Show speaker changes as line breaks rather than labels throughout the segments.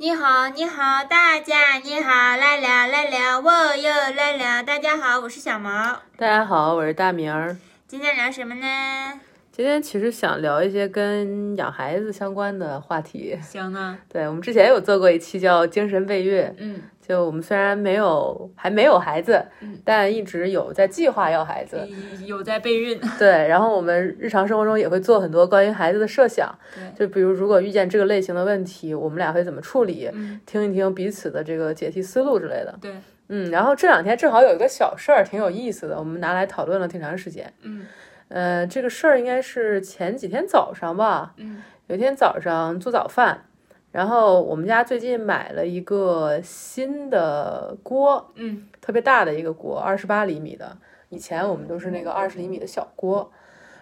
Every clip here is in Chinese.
你好，你好，大家你好，来了来了，我又来了。大家好，我是小毛。
大家好，我是大明儿。
今天聊什么呢？
今天其实想聊一些跟养孩子相关的话题。
行啊，
对我们之前有做过一期叫《精神备孕
嗯》，
就我们虽然没有还没有孩子
嗯，
但一直有在计划要孩子。
有在备孕。
对，然后我们日常生活中也会做很多关于孩子的设想，
对，
就比如如果遇见这个类型的问题，我们俩会怎么处理？
嗯，
听一听彼此的这个解题思路之类的。
对，
嗯，然后这两天正好有一个小事儿挺有意思的，我们拿来讨论了挺长时间。
嗯
呃，这个事儿应该是前几天早上吧。
嗯
有一天早上做早饭，然后我们家最近买了一个新的锅，
嗯
特别大的一个锅，二十八厘米的。以前我们都是那个二十厘米的小锅，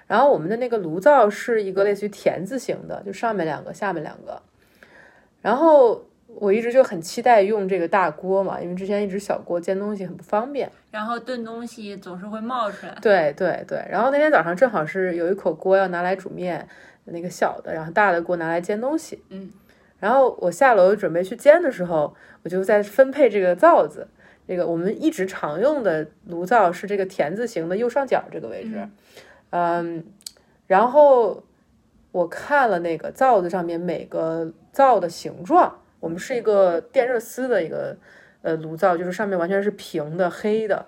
然后我们的那个炉灶是一个类似于田字形的，就上面两个，下面两个。然后我一直就很期待用这个大锅嘛，因为之前一直小锅煎东西很不方便。
然后炖东西总是会冒出来。
对对对，然后那天早上正好是有一口锅要拿来煮面，那个小的，然后大的锅拿来煎东西。
嗯，
然后我下楼准备去煎的时候，我就在分配这个灶子。这个我们一直常用的炉灶是这个田字形的右上角这个位置。嗯，然后我看了那个灶子上面每个灶的形状，我们是一个电热丝的一个呃炉灶，就是上面完全是平的黑的。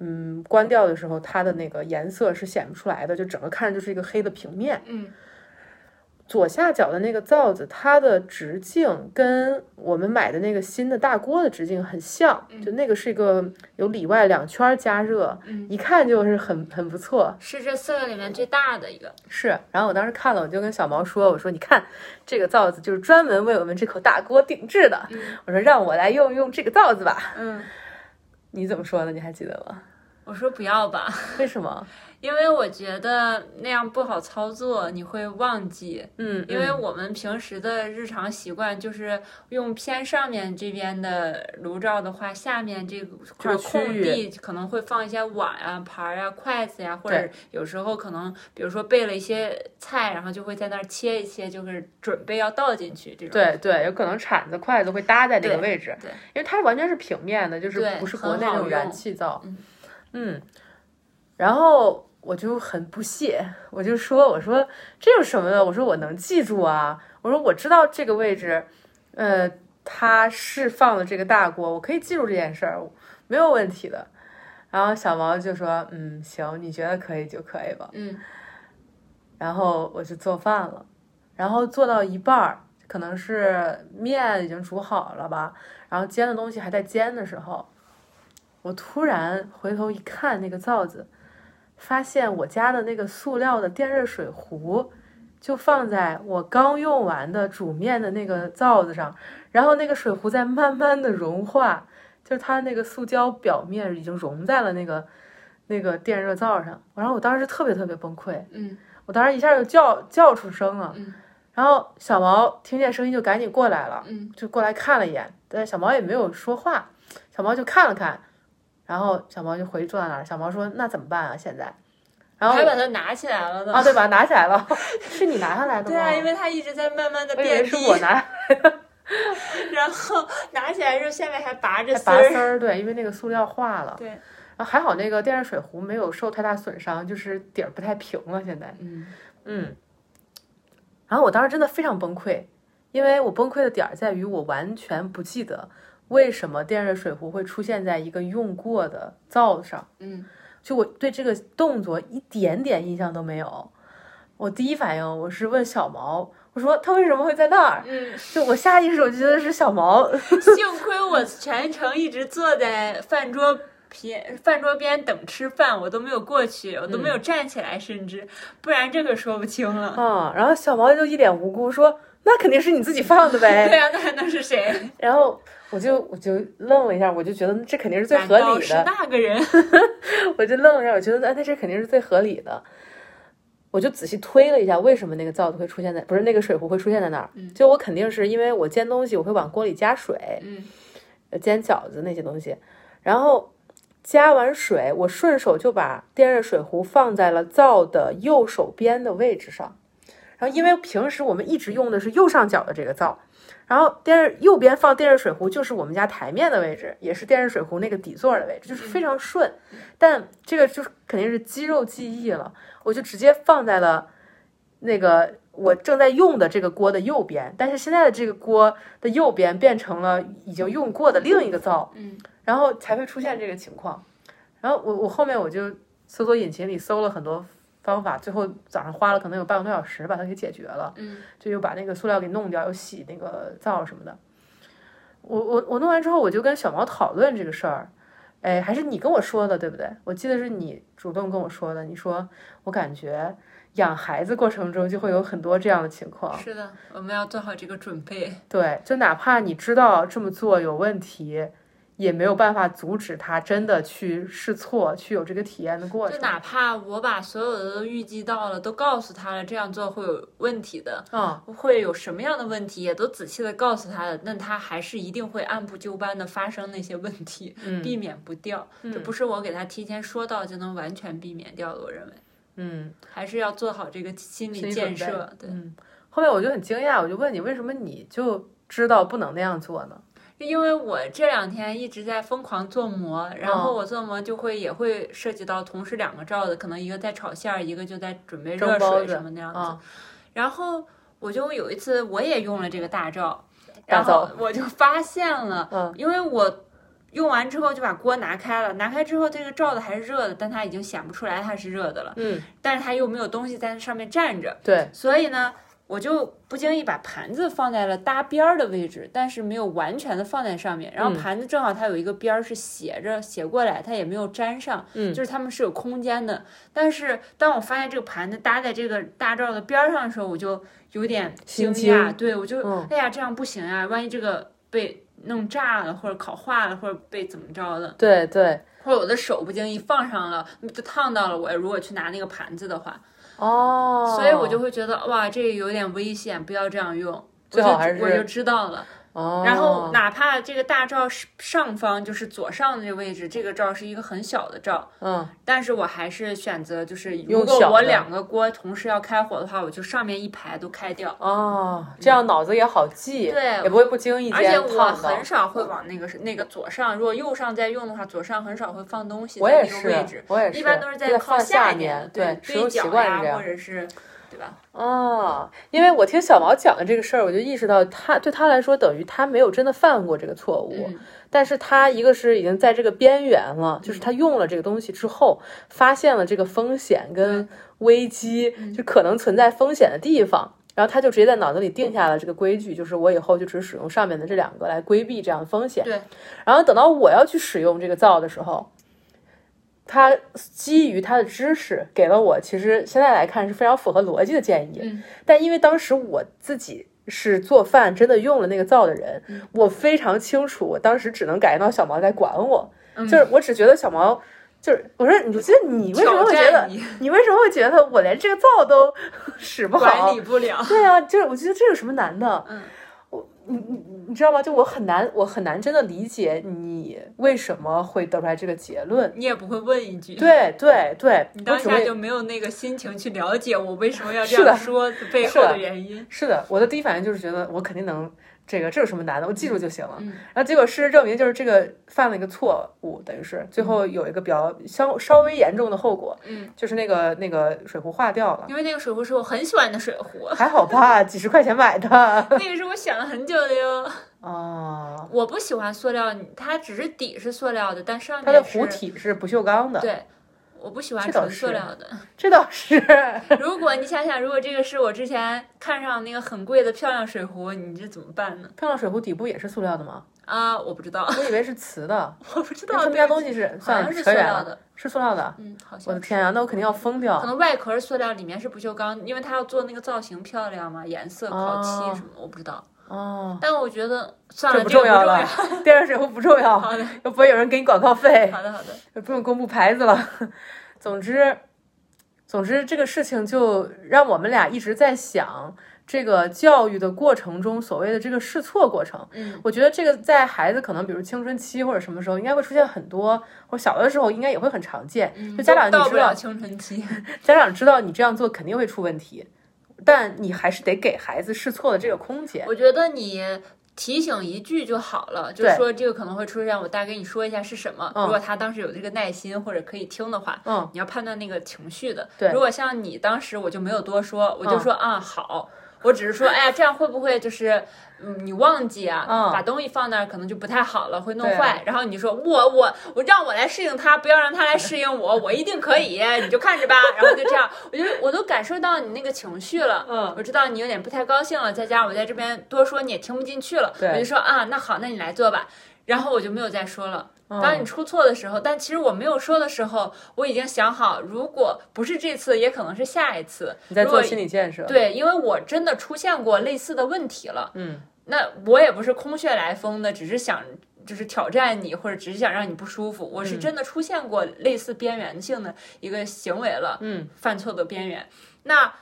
嗯，关掉的时候，它的那个颜色是显不出来的，就整个看着就是一个黑的平面。
嗯
左下角的那个灶子，它的直径跟我们买的那个新的大锅的直径很像，就那个是一个有里外两圈加热，
嗯，
一看就是很很不错。
是这四个里面最大的一个。
是，然后我当时看了，我就跟小毛说：“我说你看，这个灶子就是专门为我们这口大锅定制的。
嗯
我说让我来用用这个灶子吧。
嗯，”
你怎么说呢？你还记得吗？
我说不要吧，
为什么？
因为我觉得那样不好操作，你会忘记。
嗯，
因为
嗯
我们平时的日常习惯就是用偏上面这边的炉灶的话，下面这块
这个区
空
域
地可能会放一些碗啊、盘儿啊、筷子呀、或者
对
有时候可能比如说备了一些菜，然后就会在那儿切一切，就是准备要倒进去这种。
对对，有可能铲子、筷子会搭在那个
对
位置，
对
因为它完全是平面的，就是
对
不是
很
国内那
好
种燃
用
气灶
嗯。
嗯，然后我就很不屑，我就说：“我说这有什么的？我说我能记住啊，我说我知道这个位置，呃，它是放了这个大锅，我可以记住这件事儿，没有问题的。”然后小毛就说：“嗯，行，你觉得可以就可以吧。”
嗯
然后我就做饭了，然后做到一半儿，可能是面已经煮好了吧，然后煎的东西还在煎的时候，我突然回头一看那个灶子，发现我家的那个塑料的电热水壶。就放在我刚用完的煮面的那个灶子上，然后那个水壶在慢慢的融化，就是它那个塑胶表面已经融在了那个那个电热灶上。然后我当时特别特别崩溃，
嗯
我当时一下就叫叫出声了，
嗯
然后小毛听见声音就赶紧过来了，
嗯
就过来看了一眼，但是小毛也没有说话，小毛就看了看，然后小毛就回去坐在那儿。小毛说：“那怎么办啊？现在？”然后
还把它拿起来了
啊，
呢。
对吧？拿起 来了，是你拿下来的
嗯对
吗？
啊，因为它一直在慢慢的
我以为
变
是
低，
我拿
然后拿起来之后下面还拔着
还
丝
拔丝
儿。
儿，对，因为那个塑料化了。
对，
然后还好那个电热水壶没有受太大损伤，就是底儿不太平了。现在，
嗯
嗯，然后我当时真的非常崩溃，因为我崩溃的点儿在于我完全不记得为什么电热水壶会出现在一个用过的灶上，
嗯
就我对这个动作一点点印象都没有。我第一反应我是问小毛，我说他为什么会在那儿？
嗯。
就我下意识我就觉得是小毛，
幸亏我全程一直坐在饭桌边饭桌边等吃饭，我都没有过去，我都没有站起来，甚至不然这可说不清 了。
嗯，然后小毛就一脸无辜说。那肯定是你自己放的
对
呗，
啊，那还能是谁？
然后我就我就愣了一下，我就觉得这肯定是最合
难道
理
是
的，
那个人。
我就愣了一下，我觉得哎，那这肯定是最合理的。我就仔细推了一下，为什么那个灶子会出现在不是那个水壶会出现在那儿？
嗯
就我肯定是因为我煎东西，我会往锅里加水，
嗯
呃煎饺子那些东西，然后加完水，我顺手就把电热水壶放在了灶的右手边的位置上。然后因为平时我们一直用的是右上角的这个灶，然后电热右边放电热水壶就是我们家台面的位置，也是电热水壶那个底座的位置，就是
嗯
非常顺。但这个就是肯定是肌肉记忆了，我就直接放在了那个我正在用的这个锅的右边。但是现在的这个锅的右边变成了已经用过的另一个灶，
嗯，
然后才会出现这个情况。然后我我后面我就搜索引擎里搜了很多方法，最后早上花了可能有半个多小时把它给解决了。
嗯
就又把那个塑料给弄掉，又洗那个皂什么的。我我我弄完之后，我就跟小毛讨论这个事儿，哎，还是你跟我说的，对不对？我记得是你主动跟我说的，你说我感觉养孩子过程中就会有很多这样的情况，
是的，我们要做好这个准备。
对，就哪怕你知道这么做有问题。也没有办法阻止他真的去试错，去有这个体验的过
就
程。
哪怕我把所有的都预计到了，都告诉他了，这样做会有问题的，
嗯，
会有什么样的问题也都仔细的告诉他了，那他还是一定会按部就班的发生那些问题，
嗯
避免不掉。这不是我给他提前说到就能完全避免掉的，我认为
嗯，
还是要做好这个心
心
理
理
建
准备
设。对，
嗯。后面我就很惊讶，我就问你，为什么你就知道不能那样做呢？
因为我这两天一直在疯狂做模，然
哦
后我做模就会也会涉及到同时两个罩子，可能一个在炒馅儿，一个就在准备热
蒸包
水
子
什么那样子。
啊，
然后我就有一次我也用了这个大罩，
大
然
灶
后我就发现了，
嗯
因为我用完之后就把锅拿开了，拿开之后这个罩子还是热的，但它已经显不出来它是热的了，
嗯，
但是它又没有东西在上面站着，
对，
所以呢。我就不经意把盘子放在了搭边儿的位置，但是没有完全的放在上面。然后
嗯
盘子正好它有一个边儿是斜着斜过来，它也没有粘上，
嗯
就是它们是有空间的。但是当我发现这个盘子搭在这个大罩的边儿上的时候，我就有点
心
惊
惊
讶，对我就、
嗯
哎呀这样不行啊，万一这个被弄炸了，或者烤化了，或者被怎么着的，
对对，
或者我的手不经意放上了，就烫到了我。如果去拿那个盘子的话，
哦，
所以我就会觉得哇，这个有点危险，不要这样用。
最好还
我
是
就我就知道了，
哦，
然后哪怕这个大罩是上方就是左上的这个位置，这个罩是一个很小的罩，
嗯
但是我还是选择就是，
用
如果
小
我
的
两个锅同时要开火的话，我就上面一排都开掉。
哦，这样脑子也好记，
对
也不会不经意
而且
间
我
烫到
很。少会往那个那个左上，如果右上在用的话，左上很少会放东西
我
在
也
那个位置
是，，我也是，
一般都是
就
在
在
靠
放下
一点，
对，使
堆
用习
角
惯
呀
是
或
这，样。
者是对吧？
哦，因为我听小毛讲的这个事儿，我就意识到他对他来说，等于他没有真的犯过这个错误，
嗯，
但是他一个是已经在这个边缘了，就是他用了这个东西之后，发现了这个风险跟危机，就可能存在风险的地方，然后他就直接在脑子里定下了这个规矩，就是我以后就只使用上面的这两个来规避这样的风险。
对，
然后等到我要去使用这个皂的时候。他基于他的知识给了我，其实现在来看是非常符合逻辑的建议。
嗯
但因为当时我自己是做饭，真的用了那个灶的人，
嗯
我非常清楚，我当时只能感觉到小毛在管我，
嗯
就是我只觉得小毛。就是我说，你我觉得你为什么会觉
挑
得
战你
你为什么会觉得我连这个灶都使不
管
好
理？不 了。
对啊，就是我觉得这有什么难的？
嗯，
我你你你知道吗？就我很难，我很难真的理解你为什么会得出来这个结论。
你也不会问一句，
对对对，
嗯你
我
当
只
下
会
就没有那个心情去了解我为什么要
是
这
的
样说背
是
后
的
的原因。
是的，我的第一反应就是觉得我肯定能这个，这有什么难的？我记住就行了。
嗯
然后结果事实证明，就是这个犯了一个错误，等于是最后有一个比较稍稍微严重的后果，
嗯，
就是那个那个水壶化掉了，
因为那个水壶是我很喜欢的水 壶，
还好吧，几十块钱 买的。
那个是我想了很久的哟。
哦，
我不喜欢塑料，它只是底是塑料的，但上面
它的
是
壶体是不锈钢的，
对。我不喜欢
这倒
纯塑
是
料的。
这倒 是。
如果你想想，如果这个是我之前看上那个很贵的漂亮水壶，你这怎么办呢？
漂亮水壶底部也是塑料的吗？
啊，我不知道，
我以为是 瓷的，
我不知
因为
道。
他们
对
家
不
东西是
起好
算了，
像是
扯
塑
远
料
了，
的，
是塑料的。
嗯， 好
我的
像是。
天啊呀、那我肯定要疯掉
可。能外壳是塑料，里面是不锈钢，因为它要做那个造型漂亮嘛，颜色、烤
哦
漆什么，我不知道。
哦，
但我觉得算
这
了，
不
这个不
重要
重
了
要。，
电热水壶不重要，
好的，
又不会有人给你广告费。
好的，好的。
就不用公布牌子了。总之，总之这个事情就让我们俩一直在想，这个教育的过程中所谓的这个试错过程。
嗯，
我觉得这个在孩子可能，比如青春期或者什么时候，应该会出现很多，或者小的时候应该也会很常见。
嗯
就家长
都到
你知
不
道
了，青春期。
家长知道你这样做肯定会出问题，但你还是得给孩子试错的这个空间。
我觉得你提醒一句就好了，就
对
说这个可能会出现，我大概跟你说一下是什么。
嗯
如果他当时有这个耐心或者可以听的话，
嗯，
你要判断那个情绪的。
对嗯
如果像你当时我就没有多说，我就说啊、好。我只是说，哎呀，这样会不会就是，嗯，你忘记啊，
嗯
把东西放那儿可能就不太好了，会弄
对
坏。然后你说我我我让我来适应他，不要让他来适应我，我一定可以，你就看着吧。然后就这样，我就我都感受到你那个情绪了，
嗯
我知道你有点不太高兴了，再加上我在这边多说你也听不进去了，
对
我就说啊，那好，那你来做吧。然后我就没有再说了。当你
嗯
出错的时候，但其实我没有说的时候，我已经想好，如果不是这次，也可能是下一次。
你在
如果
做心理建设，，
对，因为我真的出现过类似的问题了。
嗯，
那我也不是空穴来风的，只是想就是挑战你，或者只是想让你不舒服。我是
嗯
真的出现过类似边缘性的一个行为了，
嗯，
犯错的边缘。那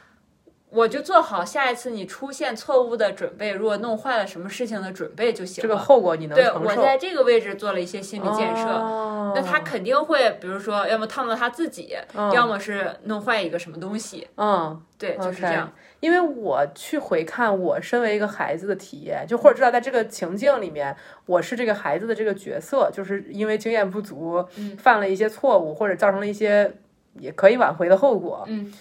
我就做好下一次你出现错误的准备，如果弄坏了什么事情的准备就行
这
了。
个后果你能
对，
承
我
受。
在这个位置做了一些心理建设。
哦
那他肯定会，比如说，要么烫到他自己，
嗯
要么是弄坏一个什么东西，
嗯，
对，就是这
OK
样。
因为我去回看我身为一个孩子的体验，就或者知道在这个情境里面，我是这个孩子的这个角色，就是因为经验不足，
嗯
犯了一些错误，或者造成了一些也可以挽回的后果。
嗯，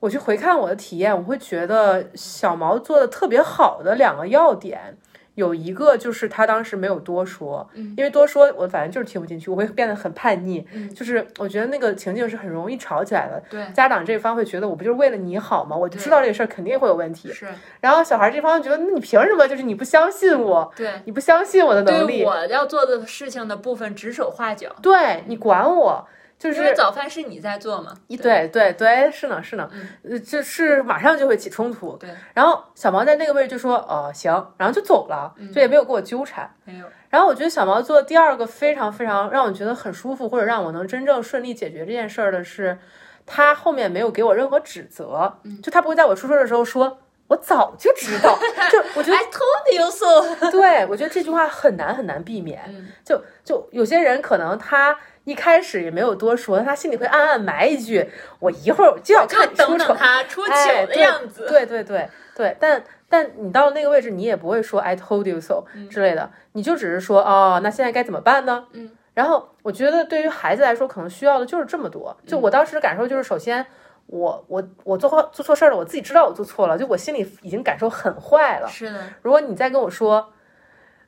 我去回看我的体验，我会觉得小毛做的特别好的两个要点。有一个就是他当时没有多说，
嗯
因为多说我反正就是听不进去，我会变得很叛逆，
嗯
就是我觉得那个情境是很容易吵起来的，
对，
家长这方会觉得我不就是为了你好吗？我就知道这个事儿肯定会有问题。
是，
然后小孩这方觉得，那你凭什么？就是你不相信我，
对，
你不相信我的能
对
力，
我要做的事情的部分指手画脚，
对你管我，就
因为
是
早饭是你在做嘛，
一对对对，是呢是呢，呃，就是马上就会起冲突。
对，
然后小毛在那个位置就说，哦行，然后就走了，就也没有给我纠缠。
没有，
然后我觉得小毛做的第二个非常非常让我觉得很舒服，或者让我能真正顺利解决这件事儿的是，他后面没有给我任何指责，就他不会在我出事儿的时候说。我早就知道，就我觉
I told you so，
得， 对我觉得这句话很难很难避免。
嗯
就就有些人可能他一开始也没有多说，他心里会暗暗埋一句：“我一会儿就要
就
看你出
等
丑
等他出糗
哎
的
对
样子，
对对对对，但但你到那个位置，你也不会说 "I told you so" 之类的，你就只是说哦，那现在该怎么办呢？
嗯，
然后我觉得对于孩子来说，可能需要的就是这么多。
嗯
就我当时的感受就是，首先。我我我做错做错事儿了，我自己知道我做错了，就我心里已经感受很坏了。
是的，
如果你再跟我说，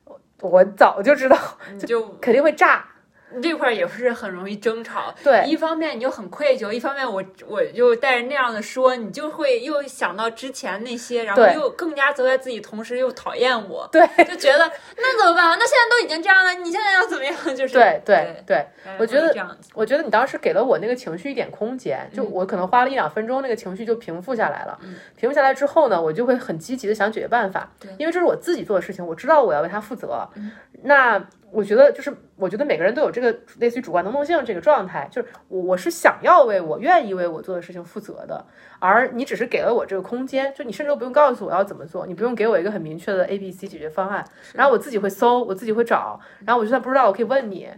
我我早就知道，
你就
肯定会炸。
你这块儿也是很容易争吵，
对
一方面你就很愧疚，一方面我我就带着那样的说，你就会又想到之前那些，然后
对
又更加责怪自己，同时又讨厌我，
对，
就觉得那怎么办？那现在都已经这样了，你现在要怎么样？就是
对
对
对对，
对
我觉得
是这样子，
我觉得你当时给了我那个情绪一点空间，就我可能花了一两分钟，那个情绪就平复下来了。平复下来之后呢，我就会很积极的想解决办法
对，
因为这是我自己做的事情，我知道我要为他负责。那我觉得就是，我觉得每个人都有这个类似于主观能动性这个状态，就是我我是想要为我愿意为我做的事情负责的，而你只是给了我这个空间，就你甚至都不用告诉我要怎么做，你不用给我一个很明确的 A B C 解决方案，然后我自己会搜，我自己会找，然后我就算不知道，我可以问你，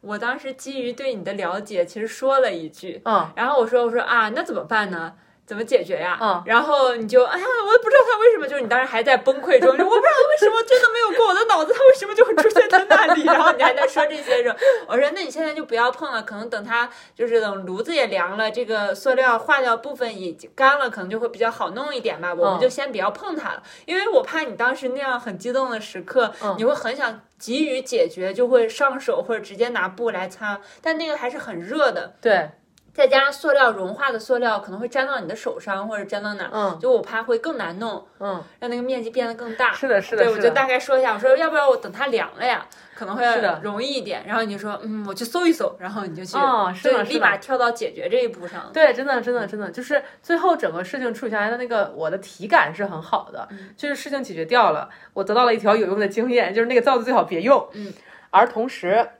我当时基于对你的了解，其实说了一句，
嗯。
然后我说我说啊，那怎么办呢？怎么解决呀？
嗯
然后你就哎呀，我也不知道他为什么，就是你当时还在崩溃中，就我不知道为什么真的没有过我的脑子，他为什么就会出现在那里？然后你还在说这些时候，我说那你现在就不要碰了，可能等它就是等炉子也凉了，这个塑料化掉部分也干了，可能就会比较好弄一点吧。我们
嗯
就先不要碰它了，因为我怕你当时那样很激动的时刻，
嗯
你会很想急于解决，就会上手或者直接拿布来擦，但那个还是很热的。
对，
再加上塑料融化的塑料可能会粘到你的手上或者粘到哪儿，
嗯
就我怕会更难弄，
嗯，
让那个面积变得更大。
是的，是的，
对，我
是
就
的
大概说一下，我说要不要我等它凉了呀，可能会
是的
容易一点。然后你就说，嗯，我去搜一搜，然后你就去，
哦是的
对
是的
立马跳到解决这一步上。
对，真的，真的，真的，就是最后整个事情处理下来的那个，我的体感是很好的，
嗯
就是事情解决掉了，我得到了一条有用的经验，就是那个皂最好别用，
嗯，
而同时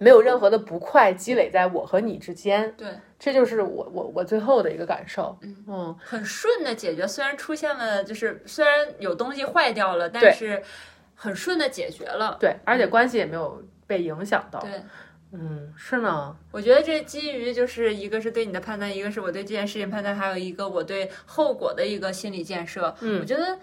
没有任何的不快积累在我和你之间，
对，
这就是我我我最后的一个感受，嗯
很顺的解决，虽然出现了，就是虽然有东西坏掉了，但
对
是很顺的解决了。
对，而且关系也没有被影响到，
嗯对，
嗯，是呢，
我觉得这基于就是一个是对你的判断，一个是我对这件事情判断，还有一个我对后果的一个心理建设。
嗯
我觉得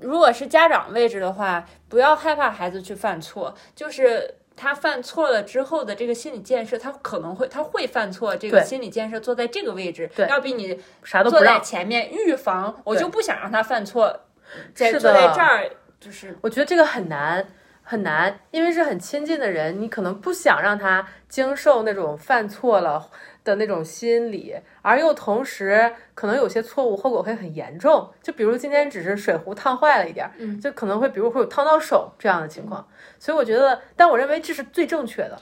如果是家长位置的话，不要害怕孩子去犯错，就是。他犯错了之后的这个心理建设，他可能会他会犯错，这个
对
心理建设坐在这个位置
对，
要比你
啥都不
坐在
让。
前面预防，我
对
就不想让他犯错，在
是
坐在
的
这儿就是
我觉得这个很难很难，因为是很亲近的人，你可能不想让他经受那种犯错了的那种心理，而又同时可能有些错误后果会很严重，就比如今天只是水壶烫坏了一点儿，
嗯
就可能会比如会有烫到手这样的情况，所以我觉得，但我认为这是最正确的。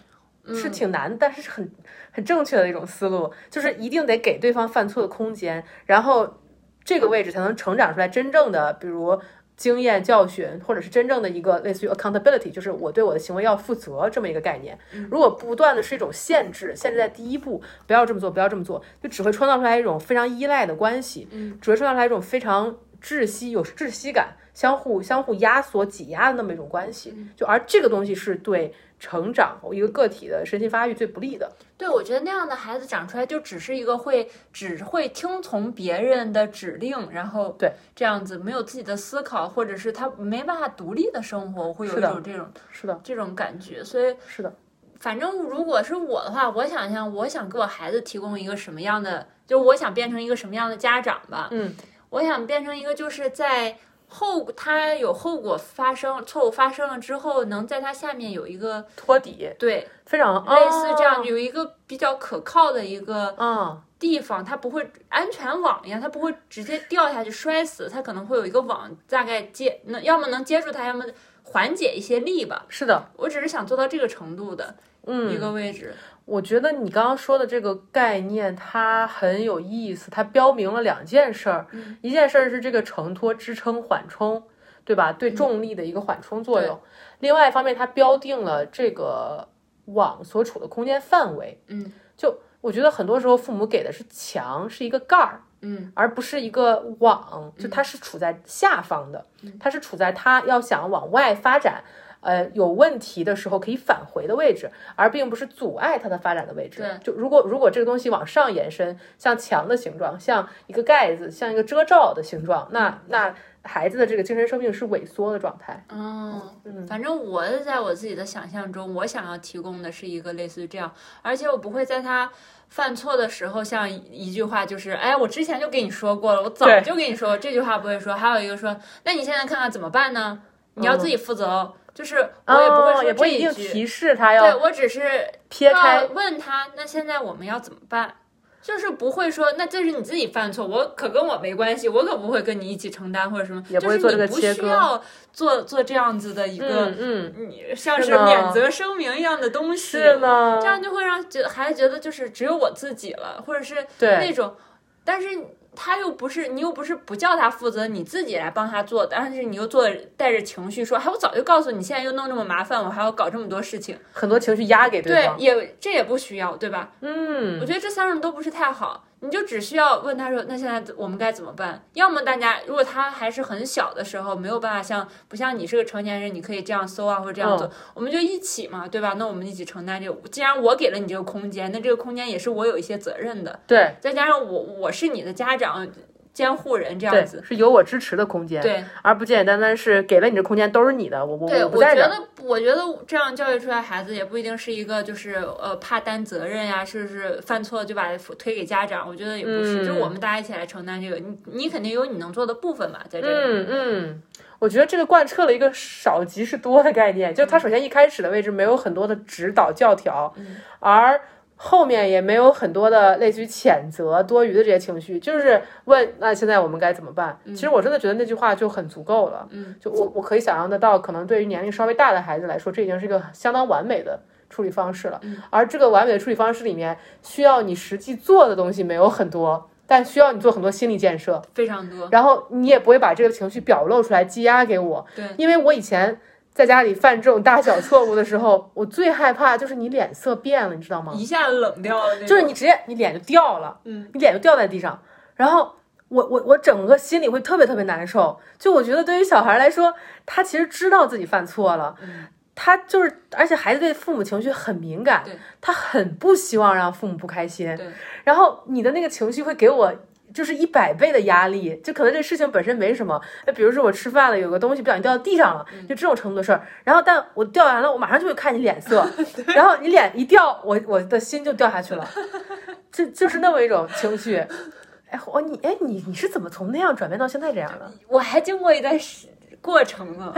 是挺难，但是是很很正确的一种思路，就是一定得给对方犯错的空间，然后这个位置才能成长出来真正的，比如经验教训，或者是真正的一个类似于 accountability，就是我对我的行为要负责这么一个概念。
嗯
如果不断的是一种限制，限制在第一步，不要这么做，不要这么做，就只会创造出来一种非常依赖的关系，
嗯，
只会创造出来一种非常窒息、有窒息感、相互相互压缩、挤压的那么一种关系。
嗯
就而这个东西是对成长一个个体的身心发育最不利的。
对，我觉得那样的孩子长出来就只是一个会只会听从别人的指令，然后
对
这样子没有自己的思考，或者是他没办法独立的生活，我会有
是
一
的
种这种
是的，
这种感觉。所以，
是的，
反正如果是我的话，我想想，我想给我孩子提供一个什么样的，就是我想变成一个什么样的家长吧。
嗯，
我想变成一个就是在后他有后果发生、错误发生了之后，能在他下面有一个
托底
对
非常
类似这样
哦
有一个比较可靠的一个
啊、
地方，它不会安全网一样，它不会直接掉下去摔死，它可能会有一个网，大概接能要么能接住它，要么缓解一些力吧。
是的，
我只是想做到这个程度的一
嗯，
个位置，
我觉得你刚刚说的这个概念，它很有意思，它标明了两件事儿，
嗯
一件事儿是这个承托、支撑、缓冲，对吧？
嗯
对重力的一个缓冲作用。另外一方面，它标定了这个网所处的空间范围。
嗯
就我觉得很多时候父母给的是墙，是一个盖儿，
嗯，
而不是一个网，就它是处在下方的，
嗯
它是处在它要想往外发展，呃，有问题的时候可以返回的位置，而并不是阻碍它的发展的位置
对。
就如果如果这个东西往上延伸，像墙的形状，像一个盖子，像一个遮罩的形状，那
嗯
那孩子的这个精神生命是萎缩的状态。嗯
哦，反正我在我自己的想象中，我想要提供的是一个类似于这样，而且我不会在他犯错的时候，像一一句话就是，哎，我之前就跟你说过了，我早
对
就跟你说这句话不会说，还有一个说，那你现在看看怎么办呢？你要自己负责哦，就是我也不会
嗯哦
说
也不
这
会一
一
定
句，
提示他
对
要
我只是
撇开
要啊问他，那现在我们要怎么办？就是不会说，那这是你自己犯错，我可跟我没关系，我可不会跟你一起承担或者什么，
也不会做这个
就是你
切
不
割
需要做做这样子的一个
嗯，嗯，
你像是
是呢
免责声明一样的东西，
是呢
这，样就会让觉孩子觉得就是只有我自己了，或者是
对
那种，但是他又不是你又不是不叫他负责，你自己来帮他做，但是你又做带着情绪说，哎，我早就告诉你，现在又弄这么麻烦，我还要搞这么多事情，
很多情绪压给对
对
方，。
也这也不需要，对吧？
嗯，
我觉得这三种都不是太好，你就只需要问他说，那现在我们该怎么办？要么大家如果他还是很小的时候，没有办法像不像你是个成年人，你可以这样搜啊或者这样
嗯
做，我们就一起嘛，对吧？那我们一起承担这个。既然我给了你这个空间，那这个空间也是我有一些责任的，
对
再加上我我是你的家长监护人这样
对，
子，
是有我支持的空间，
对，
而不简简单单是给了你这空间都是你的，我我
对，
不
我觉
在这儿，
得，我觉得这样教育出来孩子也不一定是一个就是呃怕担责任呀、是不是犯错就把推给家长？我觉得也不是，
嗯
就是我们大家一起来承担这个，你你肯定有你能做的部分嘛，在这里。
嗯嗯。我觉得这个贯彻了一个少即是多的概念，就是它首先一开始的位置没有很多的指导教条，而后面也没有很多的类似于谴责、多余的这些情绪，就是问那现在我们该怎么办？其实我真的觉得那句话就很足够了，
嗯，
就我我可以想象得到，可能对于年龄稍微大的孩子来说，这已经是一个相当完美的处理方式了。而这个完美的处理方式里面，需要你实际做的东西没有很多，但需要你做很多心理建设，
非常多。
然后你也不会把这个情绪表露出来，积压给我。
对，
因为我以前在家里犯这种大小错误的时候，我最害怕就是你脸色变了，你知道吗？
一下冷掉了那种，
就是你直接你脸就掉了，
嗯，
你脸就掉在地上，然后。我我我整个心里
嗯
会特别特别难受，就我觉得对于小孩来说，他其实知道自己犯错了，他就是，而且孩子对父母情绪很敏感
对，
他很不希望让父母不开心
对。
然后你的那个情绪会给我就是一百倍的压力，就可能这事情本身没什么，那比如说我吃饭了，有个东西不小心掉到地上了，
嗯
就这种程度的事儿。然后但我掉完了，我马上就会看你 脸色，然后你脸一掉，我我的心就掉下去了，这就是那么一种情绪。哎，我你哎你你是怎么从那样转变到现在这样的？
我还经过一段时过程 呢。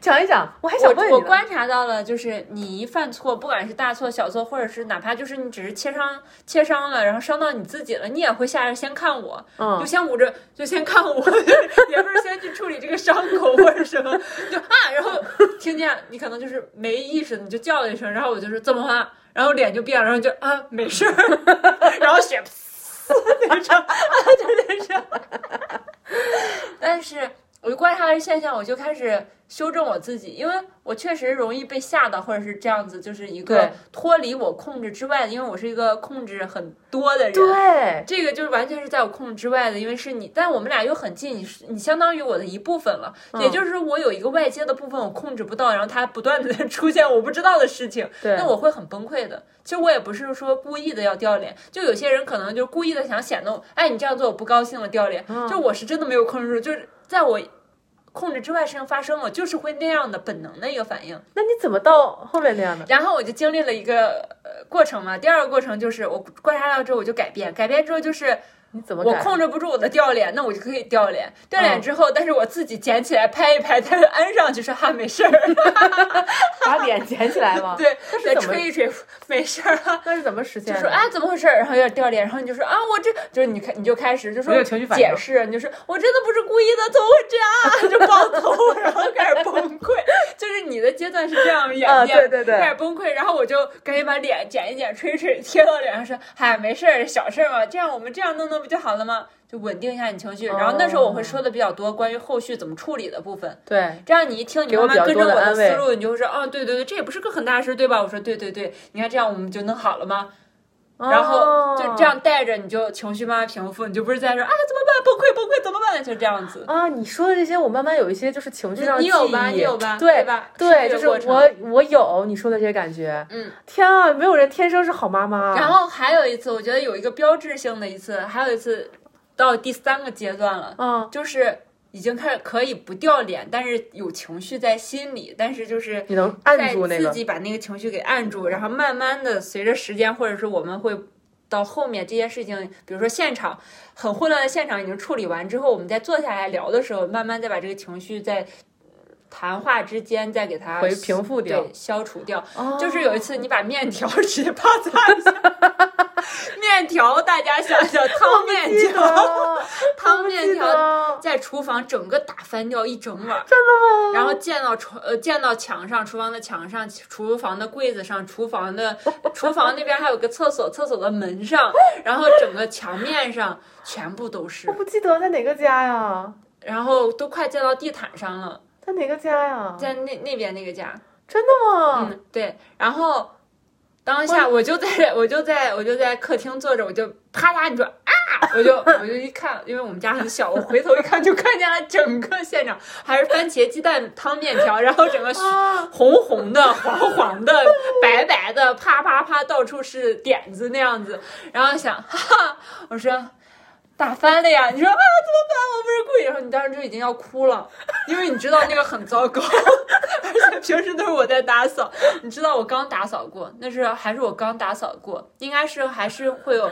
讲一讲，我还想问
我
你
我
呢
观察到了，就是你一犯错，不管是大错小错，或者是哪怕就是你只是切伤切伤了，然后伤到你自己了，你也会下来先看我，
嗯
就先捂着，就先看我， 也不是先去处理这个伤口或者什么，就啊，然后听见你可能就是没意识，你就叫了一声，然后我就说怎么了，然后脸就变了，然后就啊没事 儿，然后血。那种，啊，就那种， 但是我就观察了现象，我就开始修正我自己，因为我确实容易被吓到，或者是这样子，就是一个
对
脱离我控制之外的，因为我是一个控制很多的人。
对，
这个就是完全是在我控制之外的，因为是你，但我们俩又很近，你是你相当于我的一部分了，也就是说我有一个外接的部分我控制不到，然后它不断的在 出现我不知道的事情，
对
那我会很崩溃的。其实我也不是说故意的要掉脸，就有些人可能就故意的想显得我，哎，你这样做我不高兴了掉脸，就我是真的没有控制住，就是在我控制之外事情发生了，就是会那样的本能的一个反应。
那你怎么到后面那样的？
然后我就经历了一个呃过程嘛，第二个过程就是我观察到之后我就改变，改变之后就是。
你怎么
我
改？
控制不住我的掉脸， 那我就可以掉脸。掉
嗯
脸之后，但是我自己捡起来拍一拍，但是安上去说哈没事儿，
把脸捡起来 吗？
对，再
嗯怎么
吹一吹没事儿啊。
那是怎么实现
就
的？
说啊怎么回事儿，然后有点掉脸，然后你就说啊我这就是你开你就开始就说
没有情绪反应
解释，你就说我真的不是故意的，怎么会这样？就爆头， 然后开始崩溃。就是你的阶段是这样演
啊
变，
对对对
开始崩溃，然后我就赶紧把脸剪一剪，吹一吹，贴到脸上说嗨没事儿，小事儿嘛，这样我们这样弄弄不就好了吗？就稳定一下你情绪，然后那时候我会
哦
说的比较多关于后续怎么处理的部分，
对，
这样你一听，你
给我
慢慢
比
跟
较
着
多
我
的
的
安慰
思路，你就会说，哦，对对对，这也不是个很大的事，对吧？我说，对对对，你看这样我们就弄好了吗？然
哦
后就这样带着，你就情绪慢慢平复，你就不是在说啊怎么办，崩溃崩溃怎么办，就这样子。
啊。你说的这些，我慢慢有一些就是情绪上的
哦你有吧
记忆
你有吧对
对
吧
对，
是
就
这
是
个过
我我有你说的这些感觉。
嗯，
天啊，没有人天生是好妈妈。啊
然后还有一次，我觉得有一个标志性的一次，还有一次到第三个阶段了，
嗯，
就是已经开始可以不掉脸，但是有情绪在心里，但是就是
你能按住
在
那
自
个，
己把那个情绪给按住，然后慢慢的随着时间，或者是我们会到后面这件事情，比如说现场很混乱的现场已经处理完之后，我们再坐下来聊的时候，慢慢再把这个情绪在谈话之间再给它
回平复掉
对，消除掉。
哦
就是有一次你把面条 直接啪嚓一下，面条大家想 想汤面条。
啊
汤面条
我不记得
在厨房整个打翻掉一整碗，
真的吗？
然后溅到床呃溅到墙上，厨房的墙上，厨房的柜子上，厨房的 厨房那边还有个厕所，厕所的门上，然后整个墙面上全部都是
我，不记得在哪个家呀？
然后都快溅到地毯上了，
在哪个家呀？
在那那边那个家，
真的吗？
嗯，对，然后当下我就在我就在我就在客厅坐着，我就啪嗒，你说啊，我就我就一看，因为我们家很小，我回头一看就看见了整个现场，还是番茄鸡蛋汤面条，然后整个
啊
红红的、黄黄的、白白的，啪啪啪，到处是点子那样子，然后想，哈哈，我说。打翻了呀！你说啊，怎么办？我不是故意。然后你当时就已经要哭了，因为你知道那个很糟糕，而且平时都是我在打扫。你知道我刚打扫过，那是还是我刚打扫过，应该是还是会有。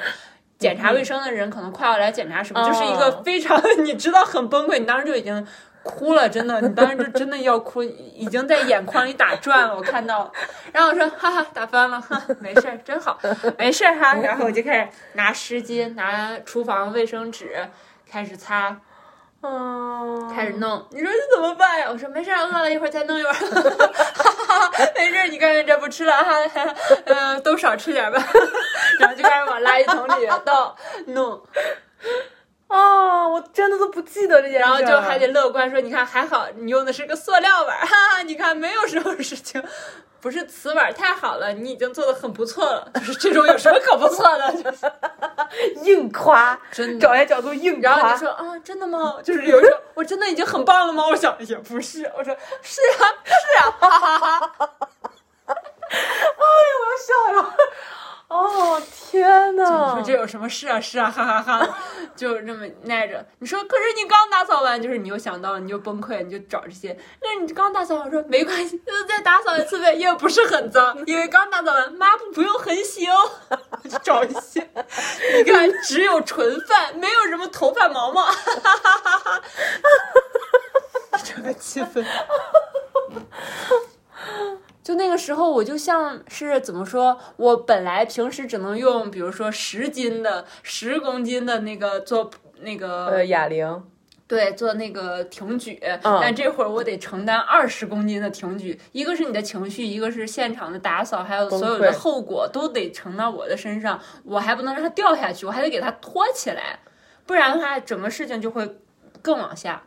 检查卫生的人可能快要来检查什么，
哦
就是一个非常 你知道很崩溃，你当时就已经哭了，真的，你当时就真的要哭，已经在眼眶里打转了，我看到了。然后我说哈哈，打翻了，哈，没事儿，真好，没事儿哈。然后我就开始拿湿巾、拿厨房卫生纸开始擦，
嗯，
开始弄，你说这怎么办呀？我说没事儿，饿了一会儿再弄一碗，哈哈哈，没事儿， 你看看这不吃了哈，嗯、都少吃点吧， 然后就开始往垃圾桶里倒弄，
啊，我真的都不记得这件事儿，
然后就还得乐观说，你看还好你用的是个塑料碗，哈哈，你看没有什么事情，不是瓷碗太好了，你已经做的很不错了，就是这种有什么可不错的，就是
硬夸，
真的
找一下角度硬
嗯
夸。
然后你就说啊，真的吗？就是有一种，我真的已经很棒了吗？我想也不是，我说是啊，是啊，哈哈哈。
哦
有什么事啊是啊哈哈哈就这么耐着。你说，可是你刚打扫完，就是你又想到了，你就崩溃，你就找这些。那你刚打扫完说没关系，那再打扫一次呗，也不是很脏，因为刚打扫完，抹布不用很洗哦。 就找一些，你看只有纯饭，没有什么头发毛 毛，
这个气氛，
就那个时候，我就像是怎么说，我本来平时只能用，比如说十斤的、十公斤的那个做那个
呃，哑
啊
铃，
对做那个挺举，
嗯
但这会儿我得承担二十公斤的挺举，一个是你的情绪，一个是现场的打扫，还有所有的
崩溃
后果都得承到我的身上，我还不能让它掉下去，我还得给它托起来，不然的话，整个事情就会更往下。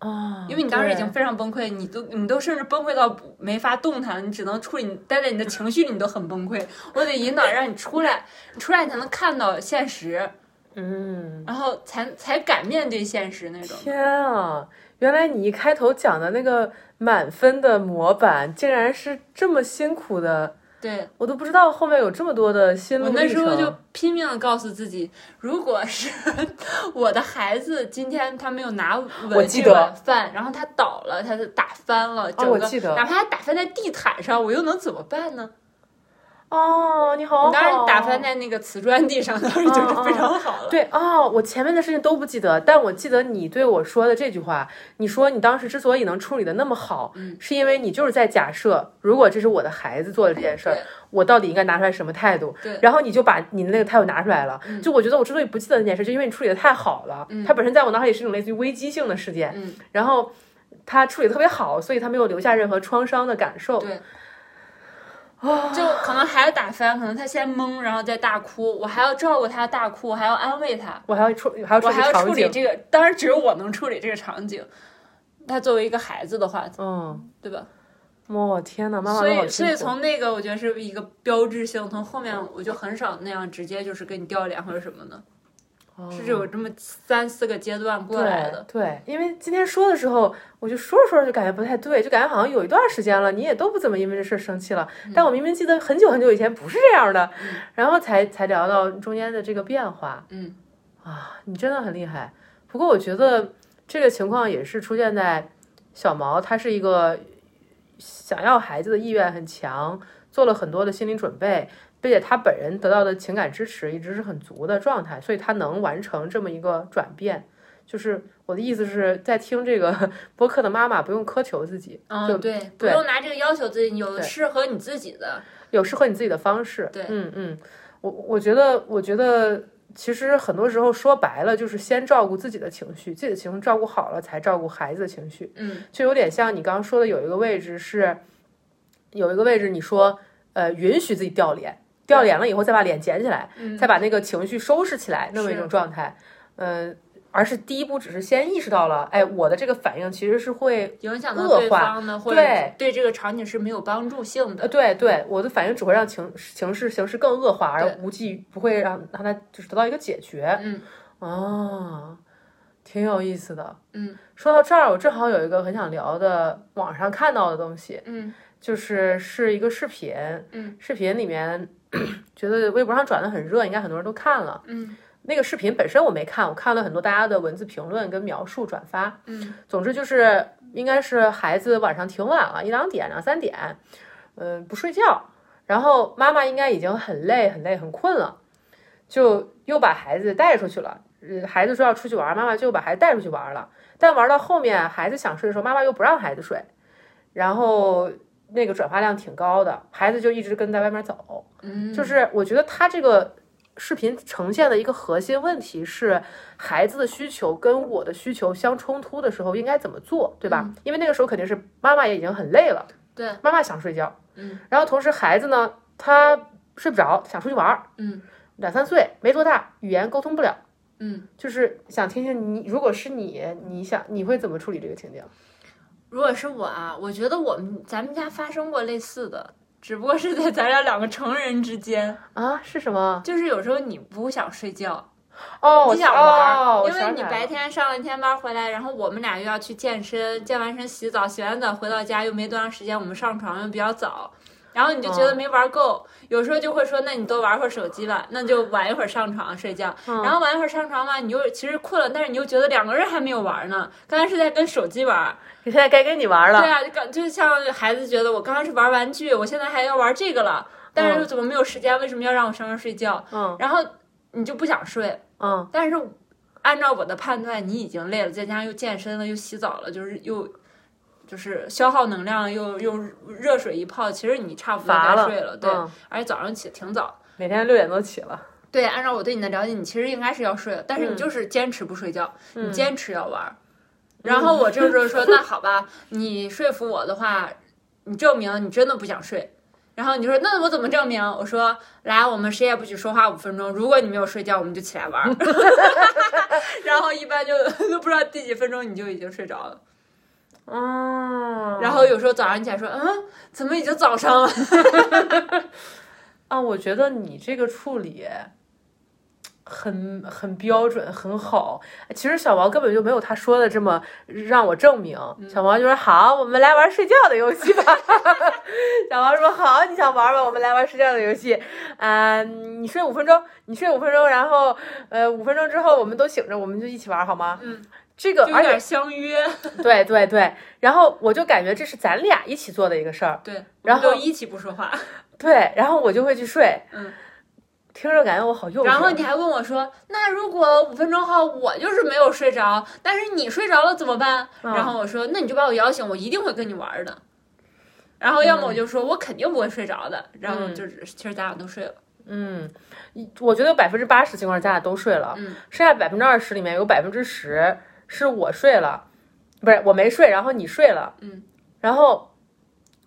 啊，
因为你当时已
对
经非常崩溃，你都你都甚至崩溃到不没法动弹了，你只能处理，你待在你的情绪里，你都很崩溃。我得引导让你出来，你出来你才能看到现实，
嗯，
然后才才敢面对现实那种。
天啊！原来你一开头讲的那个满分的模板，竟然是这么辛苦的，
对
我都不知道后面有这么多的心路
我那
历程。
时候就拼命的告诉自己，如果是我的孩子今天他没有拿
我
稳
记
这
得哦
碗饭，然后他倒了，他打翻了，整
我
个、
记得
哪怕他打翻在地毯上，我又能怎么办呢？
哦，你好好，
你当然打翻在那个瓷砖地上，当时就是非常好了。
对哦，我前面的事情都不记得，但我记得你对我说的这句话。你说你当时之所以能处理的那么好，
嗯
是因为你就是在假设，如果这是我的孩子做的这件事儿
对，
我到底应该拿出来什么态度？
对
然后你就把你的那个态度拿出来了。
嗯
就我觉得我之所以不记得那件事，就因为你处理的太好了。
嗯
它本身在我脑海里是一种类似于危机性的事件，
嗯，
然后他处理的特别好，所以他没有留下任何创伤的感受。
对。就可能孩子打翻，可能他先懵，然后再大哭，我还要照顾他大哭，我还要安慰他，
我还要处，还要处
我
理
还要处
场
理
景。
这个，当然只有我能处理这个场景。他作为一个孩子的话，
嗯，
对吧？
我、天哪，妈妈
所
都好
以，所
辛苦。
以从那个我觉得是一个标志性，从后面我就很少那样直接就是跟你掉脸或者什么的，
哦
是有这么三四个阶段过来的。
对，因为今天说的时候，我就说着说着就感觉不太对，就感觉好像有一段时间了，你也都不怎么因为这事儿生气了。
嗯
但我明明记得很久很久以前不是这样的，然后才才聊到中间的这个变化。
嗯，
啊，你真的很厉害。不过我觉得这个情况也是出现在小毛，他是一个想要孩子的意愿很强，做了很多的心理准备，并且他本人得到的情感支持一直是很足的状态，所以他能完成这么一个转变。就是我的意思是在听这个 播客的妈妈不用苛求自己，就
嗯，对，不
对
用拿这个要求自己，有
对
适合你自己的。
有适合你自己的方式。
对
嗯嗯，我我觉得，我觉得其实很多时候说白了，就是先照顾自己的情绪，自己的情绪照顾好了，才照顾孩子的情绪。
嗯
就有点像你刚刚说的，有一个位置是，有一个位置你说，呃，允许自己掉脸，掉脸了以后再把脸捡起来，
嗯，
再把那个情绪收拾起来，那么一
是
种状态。嗯、而是第一步只是先意识到了，哎，我的这个反应其实是会
影响到
恶
对
化
方的，或者
对
对这个场景是没有帮助性
呃，
的。
对对，我的反应只会让情情势形势更恶化，而
对
无济不会让让它就是得到一个解决。
嗯
哦，挺有意思的。
嗯
说到这儿，我正好有一个很想聊的，网上看到的东西，
嗯
就是是一个视频，
嗯，
视频里面觉得微博上转的很热，应该很多人都看了。
嗯
那个视频本身我没看，我看了很多大家的文字评论跟描述转发。
嗯
总之就是应该是孩子晚上挺晚了，一两点、两三点，嗯、不睡觉，然后妈妈应该已经很累、很累、很困了，就又把孩子带出去了。呃孩子说要出去玩，妈妈就把孩子带出去玩了。但玩到后面，孩子想睡的时候，妈妈又不让孩子睡，然后那个转发量挺高的，孩子就一直跟在外面走。
嗯，
就是我觉得他这个视频呈现的一个核心问题是，孩子的需求跟我的需求相冲突的时候应该怎么做，对吧？因为那个时候肯定是妈妈也已经很累了，
嗯对，
妈妈想睡觉，
嗯，
然后同时孩子呢，他睡不着，想出去玩儿，
嗯，
两三岁没多大，语言沟通不了。
嗯，
就是想听听你，如果是你，你想你会怎么处理这个情景？
如果是我啊，我觉得我们咱们家发生过类似的，只不过是在咱俩两个成人之间，
啊，是什么？
就是有时候你不想睡觉，
哦，我
你想
想
玩儿，
哦、我
因为
想起
你
来
白
了
天上了一天班回来，然后我们俩又要去健身，健完身洗澡，洗完澡回到家又没多长时间，我们上床又比较早。然后你就觉
哦
得没玩够，有时候就会说，那你多玩会儿手机吧，那就晚一会儿上床睡觉，
嗯
然后晚一会儿上床吧，你又其实困了，但是你又觉得两个人还没有玩呢，刚才是在跟手机玩，
现在该跟你玩
对
了，
啊，就感就像孩子觉得我刚刚是玩玩具，我现在还要玩这个了，但是
嗯
怎么没有时间？为什么要让我上床睡觉？
嗯
然后你就不想睡，
嗯，
但是按照我的判断，你已经累了，再加上又健身了，又洗澡了，就是又就是消耗能量，又又热水一泡，其实你差不多
乏
该
了，
睡了，对，
嗯
而且早上起得挺早。
每天六点多起了，
对，按照我对你的了解，你其实应该是要睡了，但是你就是坚持不睡觉，你
嗯
坚持要玩儿。然后我这时候 说，那好吧，你说服我的话，你证明你真的不想睡。然后你就说，那我怎么证明？我说，来，我们谁也不许说话五分钟。如果你没有睡觉，我们就起来玩 儿。 然后一般就 都不知道第几分钟你就已经睡着了。
嗯，
然后有时候早上起来说，嗯，怎么已经早上了？
啊，我觉得你这个处理很很标准，很好。其实小王根本就没有他说的这么让我证明。
嗯
小王就说：“好，我们来玩睡觉的游戏 吧。”小王说：“好，你想玩吧，我们来玩睡觉的游戏。啊、你睡五分钟，你睡五分钟，然后呃，五分钟之后我们都醒着，我们就一起玩好吗？”
嗯，
这个
就有
而且
点相约，
对对对，然后我就感觉这是咱俩一起做的一个事儿。
对，
然后
我们都一起不说话。
对，然后我就会去睡。
嗯，
听着感觉我好幼稚。啊
然后你还问我说：“那如果五分钟后我就是没有睡着，但是你睡着了怎么办？”
嗯
然后我说：“那你就把我摇醒，我一定会跟你玩的。”然后要么我就说、我肯定不会睡着的，然后就是、其实咱俩都睡了。
嗯，一我觉得百分之八十情况下咱俩都睡了，
嗯
剩下百分之二十里面有百分之十是我睡了，不是我没睡，然后你睡了，
嗯，
然后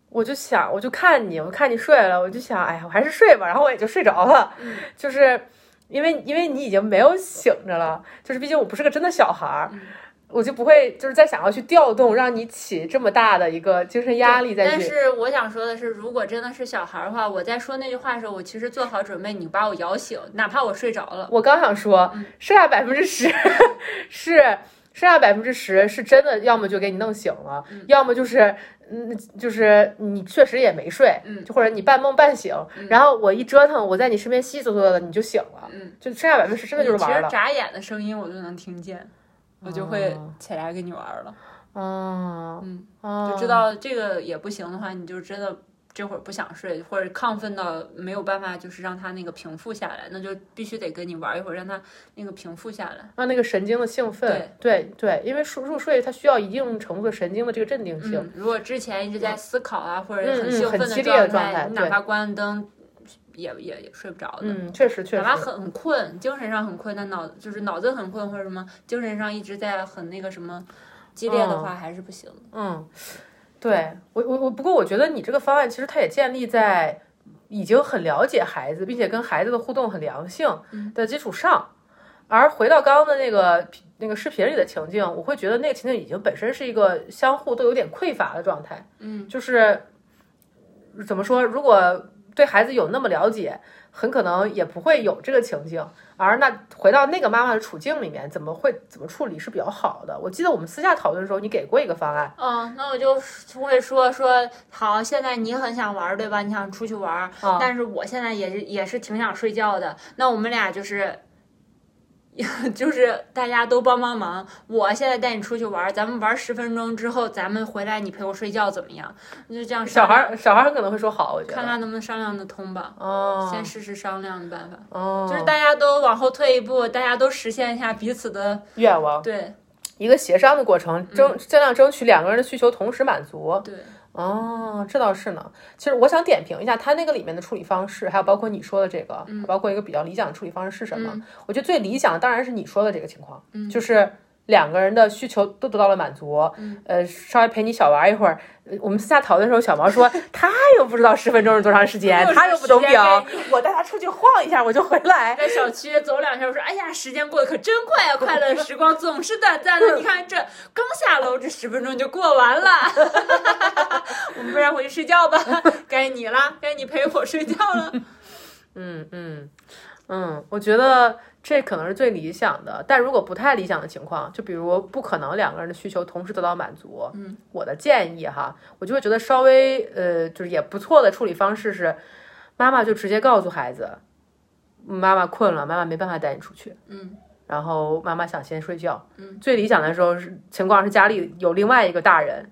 我就想，我就看你，我看你睡了，我就想，哎呀，我还是睡吧，然后我也就睡着了，
嗯
就是因为因为你已经没有醒着了，就是毕竟我不是个真的小孩儿。
嗯
我就不会，就是再想要去调动，让你起这么大的一个精神压力
对
再
但
去。
是我想说的是，如果真的是小孩儿的话，我在说那句话的时候，我其实做好准备，你把我摇醒，哪怕我睡着了。
我刚想说
嗯，
剩下百分之十是剩下百分之十是真的，要么就给你弄醒了，
嗯
要么就是嗯，就是你确实也没睡，
嗯
就或者你半梦半醒，
嗯
然后我一折腾，我在你身边稀稀嗦嗦的，你就醒了，
嗯，
就剩下百分之十真的就是
你其
玩
实
了。
眨眼的声音我都能听见，我就会
哦
起来跟你玩了。
啊
嗯。
啊！
就知道这个也不行的话，你就真的这会儿不想睡，或者亢奋到没有办法，就是让他那个平复下来，那就必须得跟你玩一会儿，让他那个平复下来。
让那个神经的兴奋，对对，因为入入睡它需要一定程度的神经的这个镇定性。
嗯，如果之前一直在思考啊，或者
嗯嗯
兴奋
很激
的
烈的状态
态，你哪
对
怕关灯，也也也睡不着的。
嗯，确实确
哪怕
实，
很很困，精神上很困，但脑就是脑子很困或者什么，精神上一直在很那个什么激烈的话，还是不行的。
嗯，对我我我，不过我觉得你这个方案其实它也建立在已经很了解孩子，并且跟孩子的互动很良性
嗯
的基础上。而回到刚刚的那个那个视频里的情境，我会觉得那个情境已经本身是一个相互都有点匮乏的状态。
嗯
就是怎么说，如果对孩子有那么了解，很可能也不会有这个情境。而那回到那个妈妈的处境里面，怎么会怎么处理是比较好的？我记得我们私下讨论的时候，你给过一个方案
嗯，那我就会说说，好，现在你很想玩儿，对吧？你想出去玩儿，
啊，
但是我现在也是也是挺想睡觉的。那我们俩就是， 就是大家都帮帮忙。我现在带你出去玩儿，咱们玩十分钟之后，咱们回来你陪我睡觉怎么样？那就这样 商
小孩
量，
儿小孩儿很可能会说好，我觉
看
得
看能不能商量得通吧。
哦
先试试商量的办法，
哦，
就是大家都往后退一步，大家都实现一下彼此的
愿望，
对
一个协商的过程，
嗯
争尽量争取两个人的需求同时满足，
对，
哦，这倒是呢。其实我想点评一下他那个里面的处理方式，还有包括你说的这个，
嗯
包括一个比较理想的处理方式是什么？我觉得最理想的当然是你说的这个情况，
嗯
就是两个人的需求都得到了满足，
嗯
呃，稍微陪你小玩一会儿。呃我们私下讨论的时候，小毛说他又不知道十分钟是多长时 间，
又
他
是
又不懂
时间
表，我带他出去晃一下我就回来。
在小区走两圈，我说：“哎呀，时间过得可真快啊！快乐时光总是短暂的。你看这刚下楼，这十分钟就过完了。 我们不然回去睡觉吧，该你 啦，该你陪我睡觉了。
嗯嗯嗯，我觉得这可能是最理想的，但如果不太理想的情况，就比如不可能两个人的需求同时得到满足，
嗯，
我的建议哈，我就会觉得稍微呃，就是也不错的处理方式是，妈妈就直接告诉孩子，嗯妈妈困了，妈妈没办法带你出去，
嗯，
然后妈妈想先睡觉，
嗯，
最理想的时候是情况是家里有另外一个大人。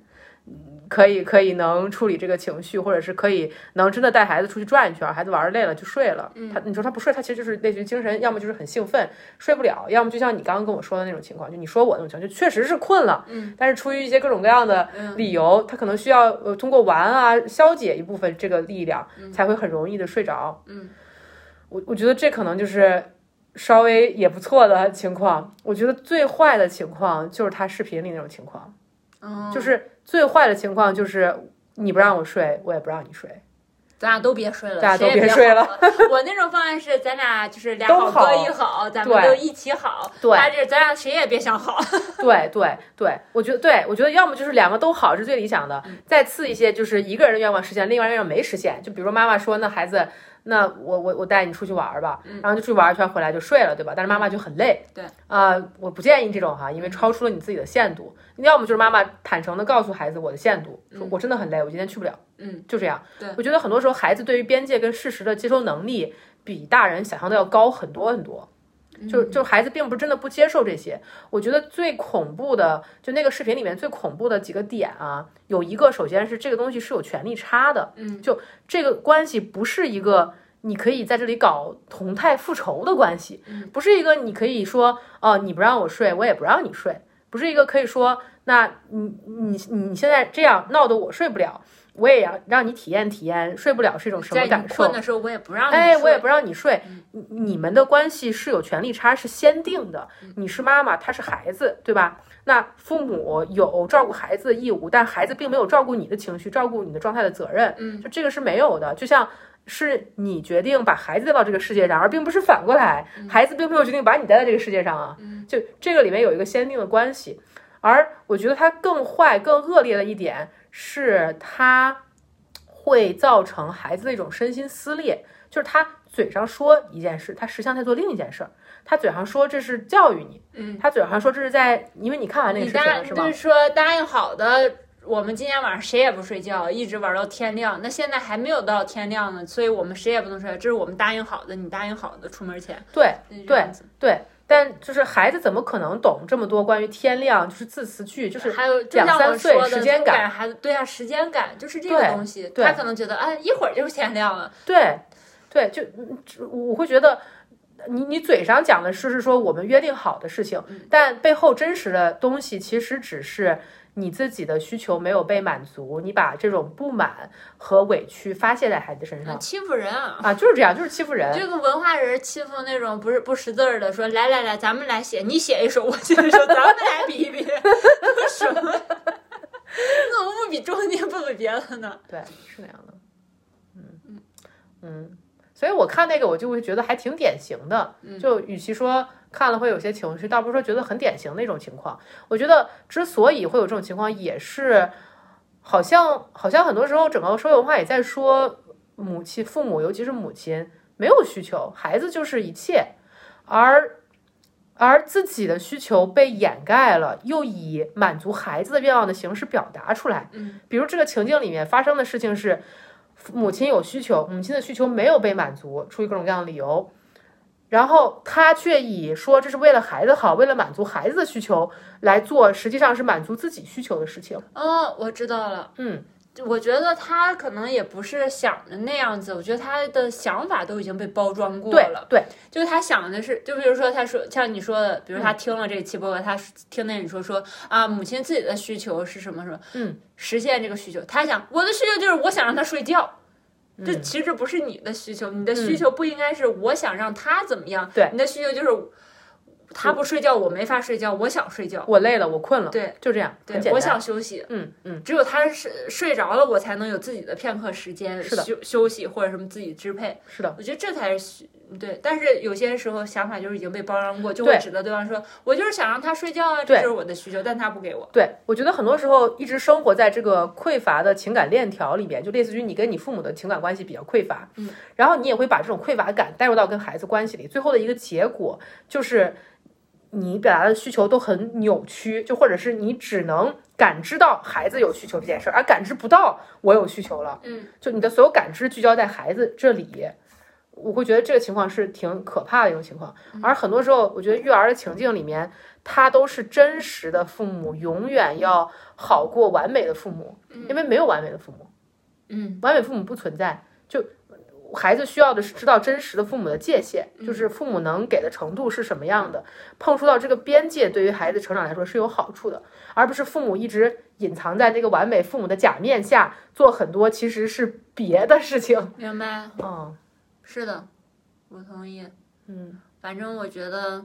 可以可以能处理这个情绪，或者是可以能真的带孩子出去转一圈，孩子玩累了就睡了。
嗯
他你说他不睡，他其实就是类似于精神，要么就是很兴奋睡不了，要么就像你刚刚跟我说的那种情况，就你说我那种情况，就确实是困了，
嗯，
但是出于一些各种各样的
嗯
理由，他可能需要呃通过玩啊消解一部分这个力量，才会很容易的睡着。
嗯，
我我觉得这可能就是稍微也不错的情况。我觉得最坏的情况就是他视频里那种情况，
嗯，
就是最坏的情况就是你不让我睡，我也不让你睡。
咱俩都别睡了，
大家都
谁也
别
别
睡
好。我那种方案是，咱俩就是俩
都
好
好
哥一好，咱们
对
都一起好。
对
他这咱俩谁也别想好。
对对对，我觉得对，我觉得要么就是两个都好是最理想的，
嗯
再次一些就是一个人的愿望实现，另外一个愿望没实现。就比如说妈妈说，那孩子，那我我我带你出去玩儿吧，然后就出去玩一圈回来就睡了，对吧？但是妈妈就很累。
嗯对嗯
啊、我不建议这种哈，因为超出了你自己的限度。要么就是妈妈坦诚的告诉孩子我的限度，说我真的很累，我今天去不了。
嗯，
就这样。
对
我觉得很多时候孩子对于边界跟事实的接受能力比大人想象的要高很多很多。就
嗯
就孩子并不是真的不接受这些。我觉得最恐怖的，就那个视频里面最恐怖的几个点啊，有一个首先是这个东西是有权利差的，
嗯，
就这个关系不是一个。你可以在这里搞同态复仇的关系
嗯，
不是一个你可以说哦、你不让我睡，我也不让你睡，不是一个可以说那你你你现在这样闹得我睡不了，我也要让你体验体验睡不了是一种什
在
么
你
感受
困。的时候，我也不让你
哎，
睡
我也不让你睡
嗯，
你你们的关系是有权利差，是先定的
嗯。
你是妈妈，他是孩子，对吧？那父母有照顾孩子的义务，但孩子并没有照顾你的情绪、照顾你的状态的责任，
嗯
就这个是没有的。就像是你决定把孩子带到这个世界上，而并不是反过来，孩子并没有决定把你带到这个世界上啊。
嗯
就这个里面有一个先定的关系，而我觉得它更坏、更恶劣的一点是，它会造成孩子的一种身心撕裂，就是他嘴上说一件事，他实际上在做另一件事儿。他嘴上说这是教育你，
嗯，
他嘴上说这是在，因为你看完啊那个
你
视频
答
了是
就
吗
是？说答应好的。我们今天晚上谁也不睡觉，一直玩到天亮。那现在还没有到天亮呢，所以我们谁也不能睡。这是我们答应好的，你答应好的，出门前。
对，
那这
对
样子
对，但就是孩子怎么可能懂这么多关于天亮就是字词句，就是
还有就
两
像
三
我
岁
说的
时
这
间
种
感
感，孩子对啊，时间感就是这个
对
东西，
对
他可能觉得啊，一会儿就是天亮了，
对，对，就就我会觉得你你嘴上讲的是是说我们约定好的事情
嗯，
但背后真实的东西其实只是你自己的需求没有被满足，你把这种不满和委屈发泄在孩子身
啊
上
欺负人啊！
啊，就是这样，就是欺负人。
这个文化人欺负那种不是不识字儿的，说来来来，咱们来写，你写一首，我写一首，咱们来比一比， 什么？ 你怎么不比中间不比别的呢？
对，是那样的。嗯嗯，所以我看那个，我就会觉得还挺典型的。
嗯
就与其说看了会有些情绪，倒不如说觉得很典型的一种情况。我觉得之所以会有这种情况，也是好像好像很多时候整个社会文化也在说，母亲、父母，尤其是母亲没有需求，孩子就是一切，而。而自己的需求被掩盖了，又以满足孩子的愿望的形式表达出来，
嗯
比如这个情境里面发生的事情是，父母亲有需求，母亲的需求没有被满足，出于各种各样的理由，然后他却以说这是为了孩子好，为了满足孩子的需求来做，实际上是满足自己需求的事情。
哦，我知道了。
嗯，
我觉得他可能也不是想的那样子，我觉得他的想法都已经被包装过
对
了。
对，
就是他想的是，就比如说他说像你说的，比如他听了这期播
嗯
客，他听见你说说啊，母亲自己的需求是什么什么，
嗯，
实现这个需求，他想我的需求就是我想让他睡觉。
嗯
这其实这不是你的需求，你的需求不应该是我想让他怎么样，
对
你的需求就是他不睡觉，我没法睡觉，我想睡觉，
我累了，我困了，
对，
就这样，
对
很简，单。
我想休息，
嗯嗯，
只有他是呃睡着了，我才能有自己的片刻时间
是的
休休息或者什么自己支配。
是的，
我觉得这才是需对，但是有些时候想法就是已经被包装过，就会
对
指责对方说，我就是想让他睡觉啊，这
对
就是我的需求，但他不给我。
对，我觉得很多时候一直生活在这个匮乏的情感链条里面，就类似于你跟你父母的情感关系比较匮乏，
嗯，
然后你也会把这种匮乏感带入到跟孩子关系里，最后的一个结果就是你表达的需求都很扭曲，就或者是你只能感知到孩子有需求这件事儿，而感知不到我有需求了，
嗯，
就你的所有感知聚焦在孩子这里。我会觉得这个情况是挺可怕的一种情况，
嗯
而很多时候，我觉得育儿的情境里面，它都是真实的父母，永远要好过完美的父母，因为没有完美的父母，
嗯，
完美父母不存在。就孩子需要的是知道真实的父母的界限，就是父母能给的程度是什么样的，碰触到这个边界，对于孩子成长来说是有好处的，而不是父母一直隐藏在这个完美父母的假面下，做很多其实是别的事情。
明白，
嗯
是的，我同意。
嗯，
反正我觉得，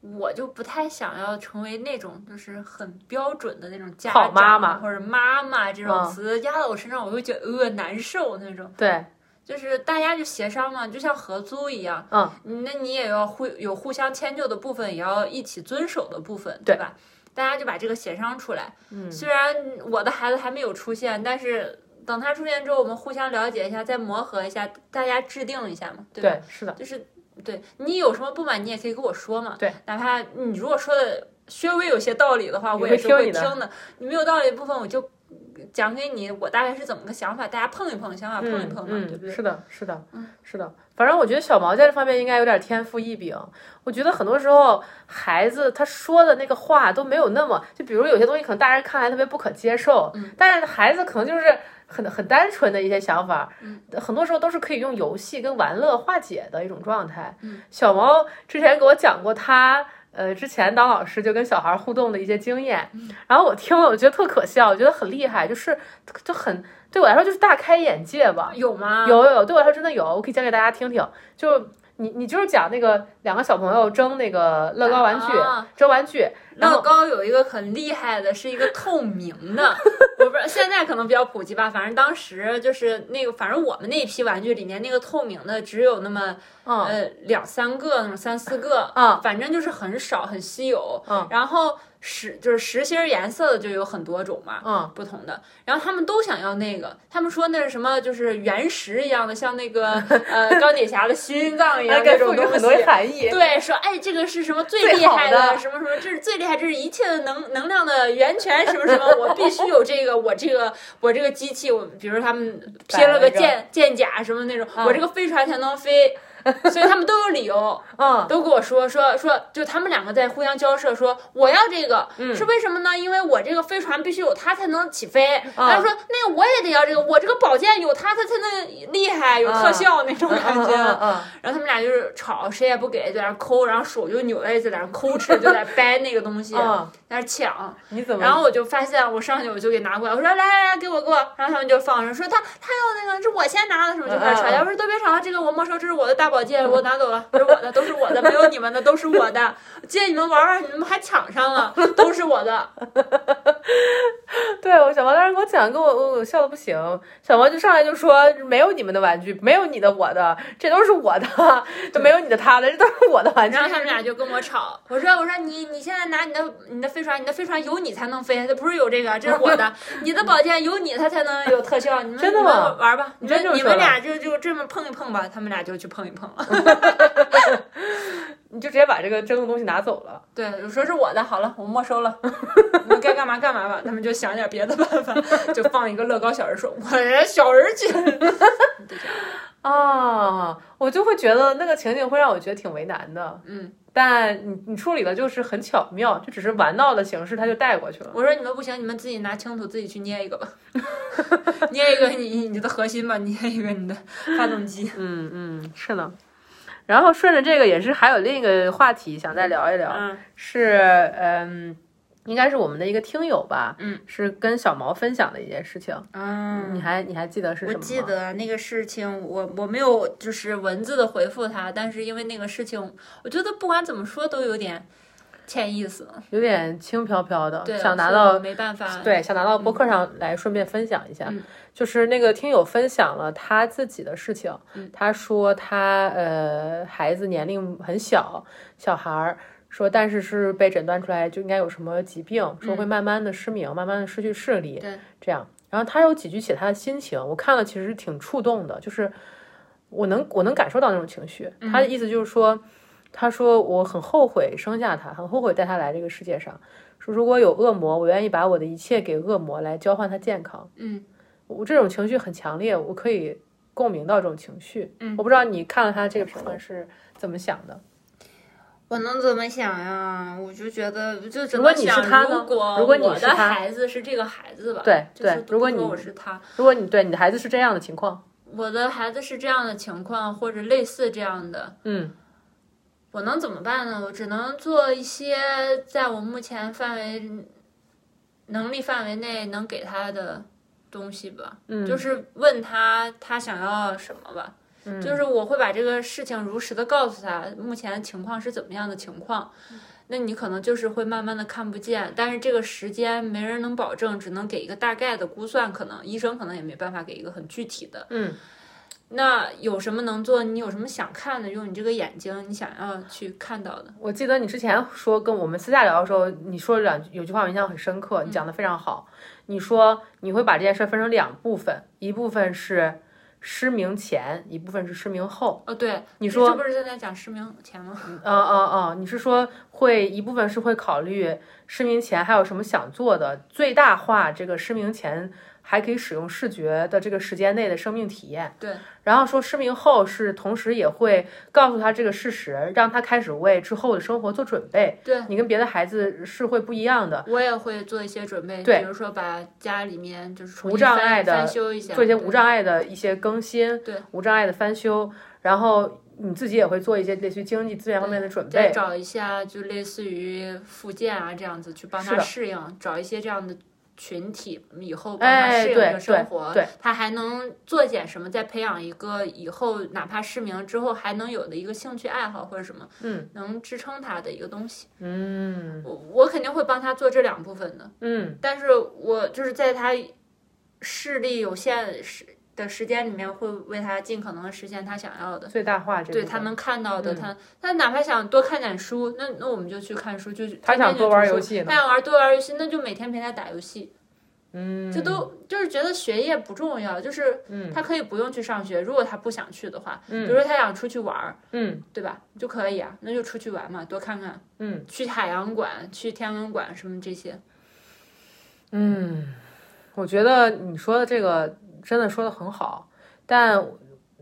我就不太想要成为那种就是很标准的那种家
好
长
妈妈
或者妈妈这种
嗯
词压到我身上，我会觉得呃难受那种。
对，
就是大家就协商嘛，就像合租一样，
嗯，
那你也要互有互相迁就的部分，也要一起遵守的部分，
对
吧？大家就把这个协商出来。
嗯
虽然我的孩子还没有出现，但是等他出现之后，我们互相了解一下，再磨合一下，大家制定一下嘛，对吧？
对，是的，
就是对你有什么不满，你也可以跟我说嘛。
对，
哪怕你如果说的稍微有些道理的话，
也
我
会
也是会
听你的
听的。你没有道理的部分，我就讲给你，我大概是怎么个想法，大家碰一碰，想法碰一碰嘛，
嗯嗯
对不对？
是的，是的，
嗯
是的。反正我觉得小毛在这方面应该有点天赋异禀。我觉得很多时候孩子他说的那个话都没有那么，就比如有些东西可能大人看来特别不可接受，
嗯
但是孩子可能就是很很单纯的一些想法，
嗯
很多时候都是可以用游戏跟玩乐化解的一种状态。
嗯
小毛之前给我讲过他。呃，之前当老师就跟小孩互动的一些经验，
嗯
然后我听了，我觉得特可笑，我觉得很厉害，就是就很对我来说就是大开眼界吧。
有吗？
有有有，对我来说真的有，我可以讲给大家听听。就你你就是讲那个两个小朋友争那个乐高玩具，
啊
争玩具，然
乐
后
高有一个很厉害的，是一个透明 的，我不知道现在可能比较普及吧，反正当时就是那个，反正我们那一批玩具里面那个透明的只有那么
嗯
呃两三个，那么三四个，
嗯
反正就是很少，很稀有。
嗯
然后实就是实心儿颜色的就有很多种嘛，
嗯，
不同的。然后他们都想要那个，他们说那是什么，就是原石一样的，像那个 呃钢铁侠的心脏一样那
哎给
种
赋予
东
很多
西。
含义。
对，说哎，这个是什么最
最
厉
好
害
的
什么什么，这是最厉害，这是一切的能能量的源泉，什么什么，我必须有这个，我这个我这个机器，我比如他们
摆
拼
了
了个
个嗯
舰舰甲什么那种，我这个飞船才能飞，所以他们都有理 由，
嗯
都跟我说说说，就他们两个在互相交涉，说我要这个，
嗯
是为什么呢？因为我这个飞船必须有它才能起飞。
啊
他说那个我也得要这个，我这个宝剑有它它才能厉害，有特
啊
效那种感觉。
嗯嗯，
然后他们俩就是吵，谁也不给，就在那儿抠，然后手就扭在一起，在那儿抠哧，就在掰那个东西，
嗯嗯
在那儿抢。
你怎么？
然后我就发现，我上去我就给拿过来，我说来来来，给我给我。然后他们就放声说他他要那个是我先拿的什么，就开始吵架。我说都别吵了，这个我没收，这是我的大宝剑，我拿走了，这是我的，都是我的，没有你们的，都是我的。借你们玩玩，你们还抢上了，都是我的。
对我小毛当时给我讲，给我我我笑的不行。小毛就上来就说没有你们的玩具，没有你的我的，这都是我的，就没有你的他的，这都是我的玩具。
然后他们俩就跟我吵，我说我说你你现在拿你的你的飞船，你的飞船有你才能飞，它不是有这个，这是我 的，你的宝剑有你它才能有特效，你们
真的
你们
吗
玩吧，你
你真
们
这么
你
说
们
的
俩就就这么碰一碰吧，他们俩就去碰一碰了。
你就直接把这个争的东西拿走了。
对，我说是我的，好了，我没收 了，你们该干嘛干嘛吧。他们就想点别的办法， 就放一个乐高小人说，我人小人去，就这样，
啊，我就会觉得那个情景会让我觉得挺为难的，
嗯，
但你你处理的就是很巧妙，就只是玩闹的形式，他就带过去了。
我说你们不行，你们自己拿青土自己去捏一个吧，捏一个你你的核心吧，捏一个你的发动机。
嗯嗯，是的。然后顺着这个也是还有另一个话题想再聊一聊，
嗯
是嗯，应该是我们的一个听友吧，
嗯，
是跟小毛分享的一件事情，你
嗯，
还你还记得是什
我
么吗？
记得啊那个事情，我我没有就是文字的回复他，但是因为那个事情，我觉得不管怎么说都有点欠意思。
有点轻飘飘的，
对，
想拿
所以
到
没办法。
对，想拿到博客上来顺便分享一下，
嗯
就是那个听友分享了他自己的事情，
嗯
他说他呃孩子年龄很小，小孩儿。说，但是是被诊断出来就应该有什么疾病，说会
嗯
慢慢的失明，慢慢的失去视力，
对
这样。然后他有几句写他的心情，我看了其实挺触动的，就是我能我能感受到那种情绪。他的
嗯
意思就是说，他说我很后悔生下他，很后悔带他来这个世界上。说如果有恶魔，我愿意把我的一切给恶魔来交换他健康。
嗯，
我这种情绪很强烈，我可以共鸣到这种情绪。
嗯
我不知道你看了他这个评论是怎么想的。
我能怎么想呀？我就觉得，就只
如果
能
你是
想
他呢
如果
如果你
我
是
的
他
孩子是这个孩子吧，
对
就是
对
不
如果
说
你
我是他，
如果你对你的孩子是这样的情况，
我的孩子是这样的情况或者类似这样的，
嗯
我能怎么办呢？我只能做一些在我目前范围能力范围内能给他的东西吧，
嗯，
就是问他他想要什么吧。
嗯
就是我会把这个事情如实的告诉他，目前情况是怎么样的情况。
嗯
那你可能就是会慢慢的看不见，但是这个时间没人能保证，只能给一个大概的估算，可能医生可能也没办法给一个很具体的。
嗯，
那有什么能做？你有什么想看的？用你这个眼睛，你想要去看到的。
我记得你之前说跟我们私下聊的时候，你说了两句有句话我印象很深刻，
嗯
你讲的非常好。你说你会把这件事分成两部分，一部分是失明前，一部分是失明后。
哦，对，
你
这
说
这不是正在讲失明前吗？
嗯嗯嗯，你是说会一部分是会考虑失明前还有什么想做的，最大化这个失明前还可以使用视觉的这个时间内的生命体验。
对，
然后说失明后是同时也会告诉他这个事实，让他开始为之后的生活做准备。
对
你跟别的孩子是会不一样的，
我也会做一些准备，
对
比如说把家里面就是重
无
新
障
翻
碍的
翻修一下，
做一些
对
无障碍的一些更新，
对，
无障碍的翻修，然后你自己也会做一些类似于经济资源方面的准
再
备。
找一下，就类似于复健啊这样子，去帮
是
他
的
适应，找一些这样的群体，以后帮他
哎，
适应这
对
个
对
生活。
对，
他还能做点什么，再培养一个以后哪怕失明之后还能有的一个兴趣爱好或者什么，
嗯，
能支撑他的一个东西。
嗯
我我肯定会帮他做这两部分的，
嗯
但是我就是在他视力有限时的时间里面，会为他尽可能地实现他想要的。
最大化这个嗯
对他能看到的，他他哪怕想多看点书，那那我们就去看书，就
他想多玩游戏呢
他想玩多玩游戏，那就每天陪他打游戏，
嗯
这都就是觉得学业不重要，就是
嗯
他可以不用去上学，如果他不想去的话，比
嗯
如说他想出去玩儿，
嗯
对吧？就可以啊，那就出去玩嘛，多看看，
嗯
去海洋馆、去天文馆什么这些，
嗯，我觉得你说的这个真的说的很好，但。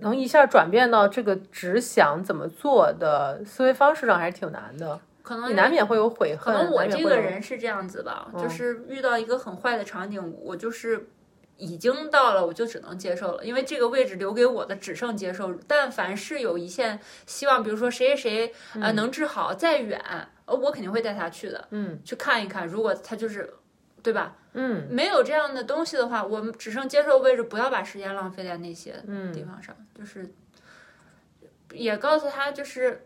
能一下转变到这个只想怎么做的思维方式上，还是挺难的。
可能
你难免会有悔
可
恨，
能我
难免
这个
会有
人是这样子吧，
嗯
就是遇到一个很坏的场景，我就是已经到了，我就只能接受了，因为这个位置留给我的只剩接受。但凡是有一线希望，比如说谁谁谁呃能治好，再远，呃我肯定会带他去的，
嗯
去看一看。如果他就是。对吧？
嗯，
没有这样的东西的话，我们只剩接受位置，不要把时间浪费在那些
嗯
地方上。就是也告诉他，就是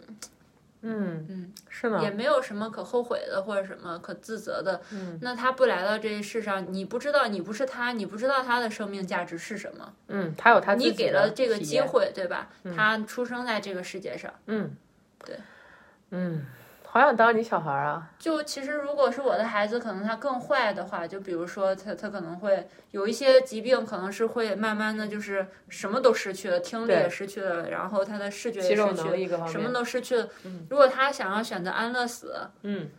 嗯
嗯，
是呢，
也没有什么可后悔的或者什么可自责的。
嗯
那他不来到这一世上，你不知道，你不是他，你不知道他的生命价值是什么。
嗯，他有他自己
你
的
给了这个
体
机
验，
会，对吧？他出生在这个世界上，
嗯，
对，
嗯，好想当你小孩儿啊，
就其实如果是我的孩子，可能他更坏的话，就比如说他他可能会有一些疾病，可能是会慢慢的就是什么都失去了，听力
对
也失去了，然后他的视觉
肌
也
肉
失去
能
了，
力各方
什么
面，
都失去了
嗯。
如果他想要选择安乐死，
嗯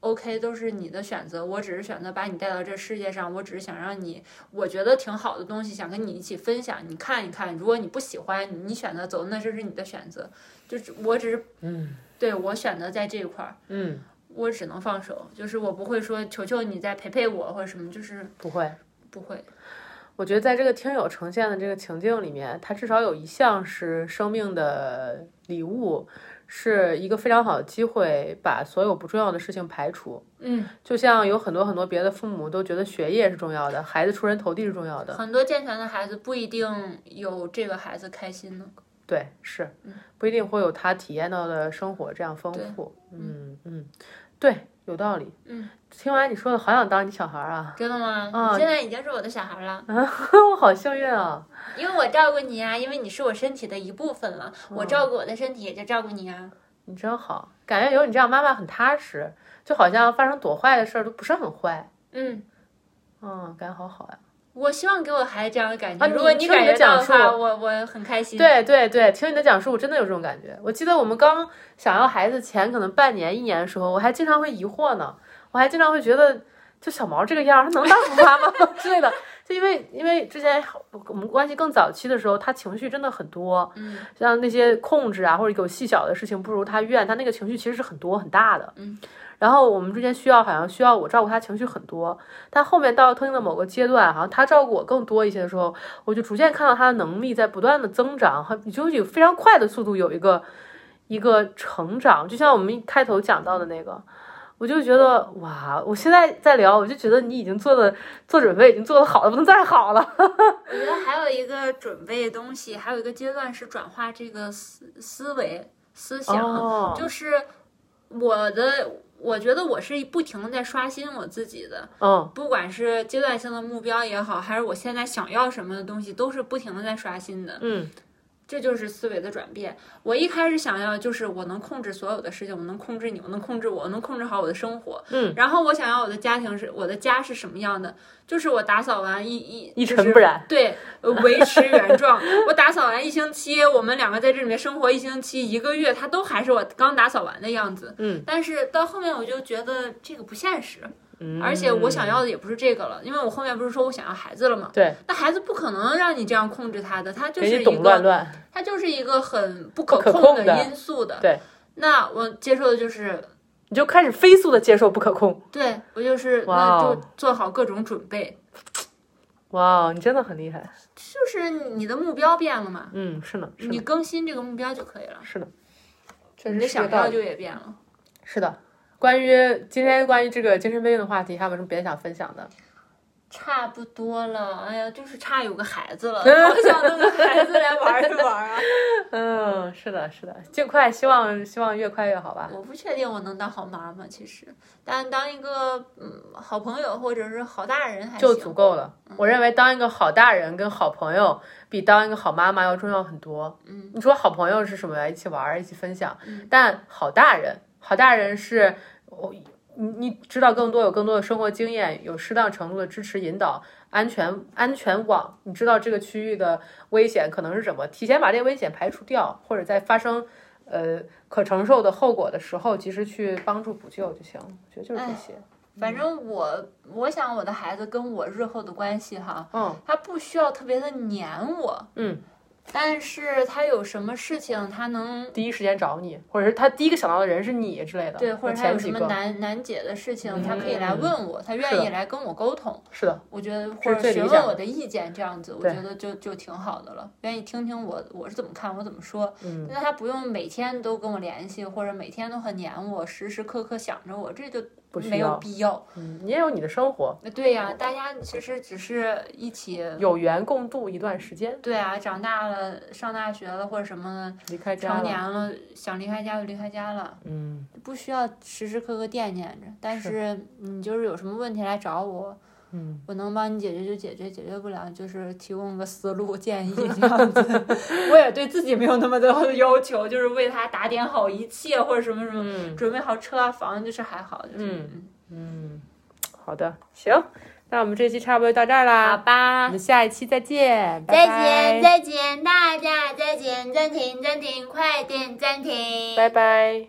OK，都是你的选择。我只是选择把你带到这世界上，我只是想让你，我觉得挺好的东西，想跟你一起分享，你看一看。如果你不喜欢，你你选择走，那这是你的选择。就是我只是
嗯
对我选择在这一块儿，
嗯，
我只能放手，就是我不会说求求你再陪陪我或者什么，就是
不会。
不会。
我觉得在这个听友呈现的这个情境里面，它至少有一项是生命的礼物，是一个非常好的机会，把所有不重要的事情排除。
嗯，
就像有很多很多别的父母都觉得学业是重要的，孩子出人头地是重要的，
很多健全的孩子不一定有这个孩子开心呢。
对，是
嗯
不一定会有他体验到的生活这样丰
对
富。嗯嗯，对，有道理。
嗯，
听完你说的，好想当你小孩儿啊！
真的吗？
啊
你现在已经是我的小孩了，
我好幸运啊！
因为我照顾你啊，因为你是我身体的一部分了，我
嗯
照顾我的身体也就照顾你啊。
你真好，感觉有你这样妈妈很踏实，就好像发生多坏的事儿都不是很坏。
嗯，
嗯，感觉好好呀、
我希望给我孩子这样的感觉。
啊
如果
你
你
听你
感
的
觉到的
讲
话，
述
我我很开心。，
对对对，听你的讲述，我真的有这种感觉。我记得我们刚想要孩子前，可能半年、一年的时候，我还经常会疑惑呢，我还经常会觉得，就小毛这个样儿，他能当虎妈妈 之类的。就因为因为之前我们关系更早期的时候，他情绪真的很多，
嗯
像那些控制啊，或者有细小的事情不如他愿，他那个情绪其实是很多很大的。
嗯。
然后我们之间需要好像需要我照顾他情绪很多，但后面到特定的某个阶段，好像他照顾我更多一些的时候，我就逐渐看到他的能力在不断的增长，很你就有非常快的速度有一个一个成长。就像我们一开头讲到的那个，我就觉得哇，我现在在聊，我就觉得你已经做的做准备已经做的好了，不能再好了。
我觉得还有一个准备的东西，还有一个阶段是转化这个思思维思想。
哦，
就是我的，我觉得我是不停的在刷新我自己的，
嗯，
不管是阶段性的目标也好，还是我现在想要什么的东西，都是不停的在刷新的。
嗯，
这就是思维的转变。我一开始想要就是我能控制所有的事情，我能控制你，我能控制我，我能控制好我的生活。
嗯，
然后我想要我的家庭是我的家是什么样的？就是我打扫完一一
一
就是
尘不染
对，呃维持原状。我打扫完一星期，我们两个在这里面生活一星期、一个月，它都还是我刚打扫完的样子。
嗯，
但是到后面我就觉得这个不现实，
嗯
而且我想要的也不是这个了，因为我后面不是说我想要孩子了吗？
对，
那孩子不可能让你这样控制他的，他就
给
是
你
一
懂乱
个，
乱，
他就是一个很不可
不可
控
控的
因素的。
对，
那我接受的就是
你就开始飞速的接受不可控。
对我就是
哇
那
哦
就做好各种准备，
哇，哦你真的很厉害。
就是你的目标变了嘛，
嗯，是呢，是
你
呢，
更新这个目标就可以了，
是的，确
你的
实是这
想
个道
要
理。
就也变了。
是的，关于今天关于这个精神病院的话题，还有没有什么别的想分享的？
差不多了，哎呀，就是差有个孩子 了，好想弄个孩子来玩一玩啊！
嗯，是的，是的，尽快，希望希望越快越好吧。
我不确定我能当好妈妈，其实，但当一个嗯好朋友或者是好大人还
就足
行。
够了。我认为当一个好大人跟好朋友比当一个好妈妈要重要很多。
嗯，
你说好朋友是什么呀？一起玩儿，一起分享
嗯。
但好大人，好大人是我你你知道更多，有更多的生活经验，有适当程度的支持引导，安全安全网，你知道这个区域的危险可能是什么，提前把这个危险排除掉，或者在发生呃可承受的后果的时候，及时去帮助补救就行了。我觉得就是这
哎
些。
反正我我想我的孩子跟我日后的关系哈，
嗯，
他不需要特别的黏我，
嗯，
但是他有什么事情他能
第一时间找你，或者是他第一个想到的人是你之类的。
对，或者他
前
有什
几
么
个
难难解的事情，
嗯
他可以来问我，他
是
愿意
的
来跟我沟通，
是的，
我觉得或
这是
者
最
询
理
问
想
我
的
的意见这样子，我
对
觉得就就挺好的了，愿意听听我我是怎么看，我怎么说，
嗯，
那他不用每天都跟我联系，或者每天都很黏我，时时刻刻想着我，这就
不需
没有
要，
必要。
嗯，你也有你的生活，
那对呀、大家其实只是一起，
有缘共度一段时间，
对啊，长大了，上大学了或者什么
离开
的，成
家
年
了，
了，嗯想离开家就离开家了，
嗯
不需要时时刻刻惦念着。但
是
是你就是有什么问题来找我，
嗯，
我能帮你解决就解决，解决不了就是提供个思路建议这 样子。我也对自己没有那么多的要求，就是为他打点好一切或者什么什么。
嗯
准备好车啊房，就是还好，就是
嗯嗯，好的，行，那我们这期差不多就到这儿啦，我
吧
们，下一期再见，拜
再
拜
见再见，大家再见，暂停暂停，快点暂停，
拜拜。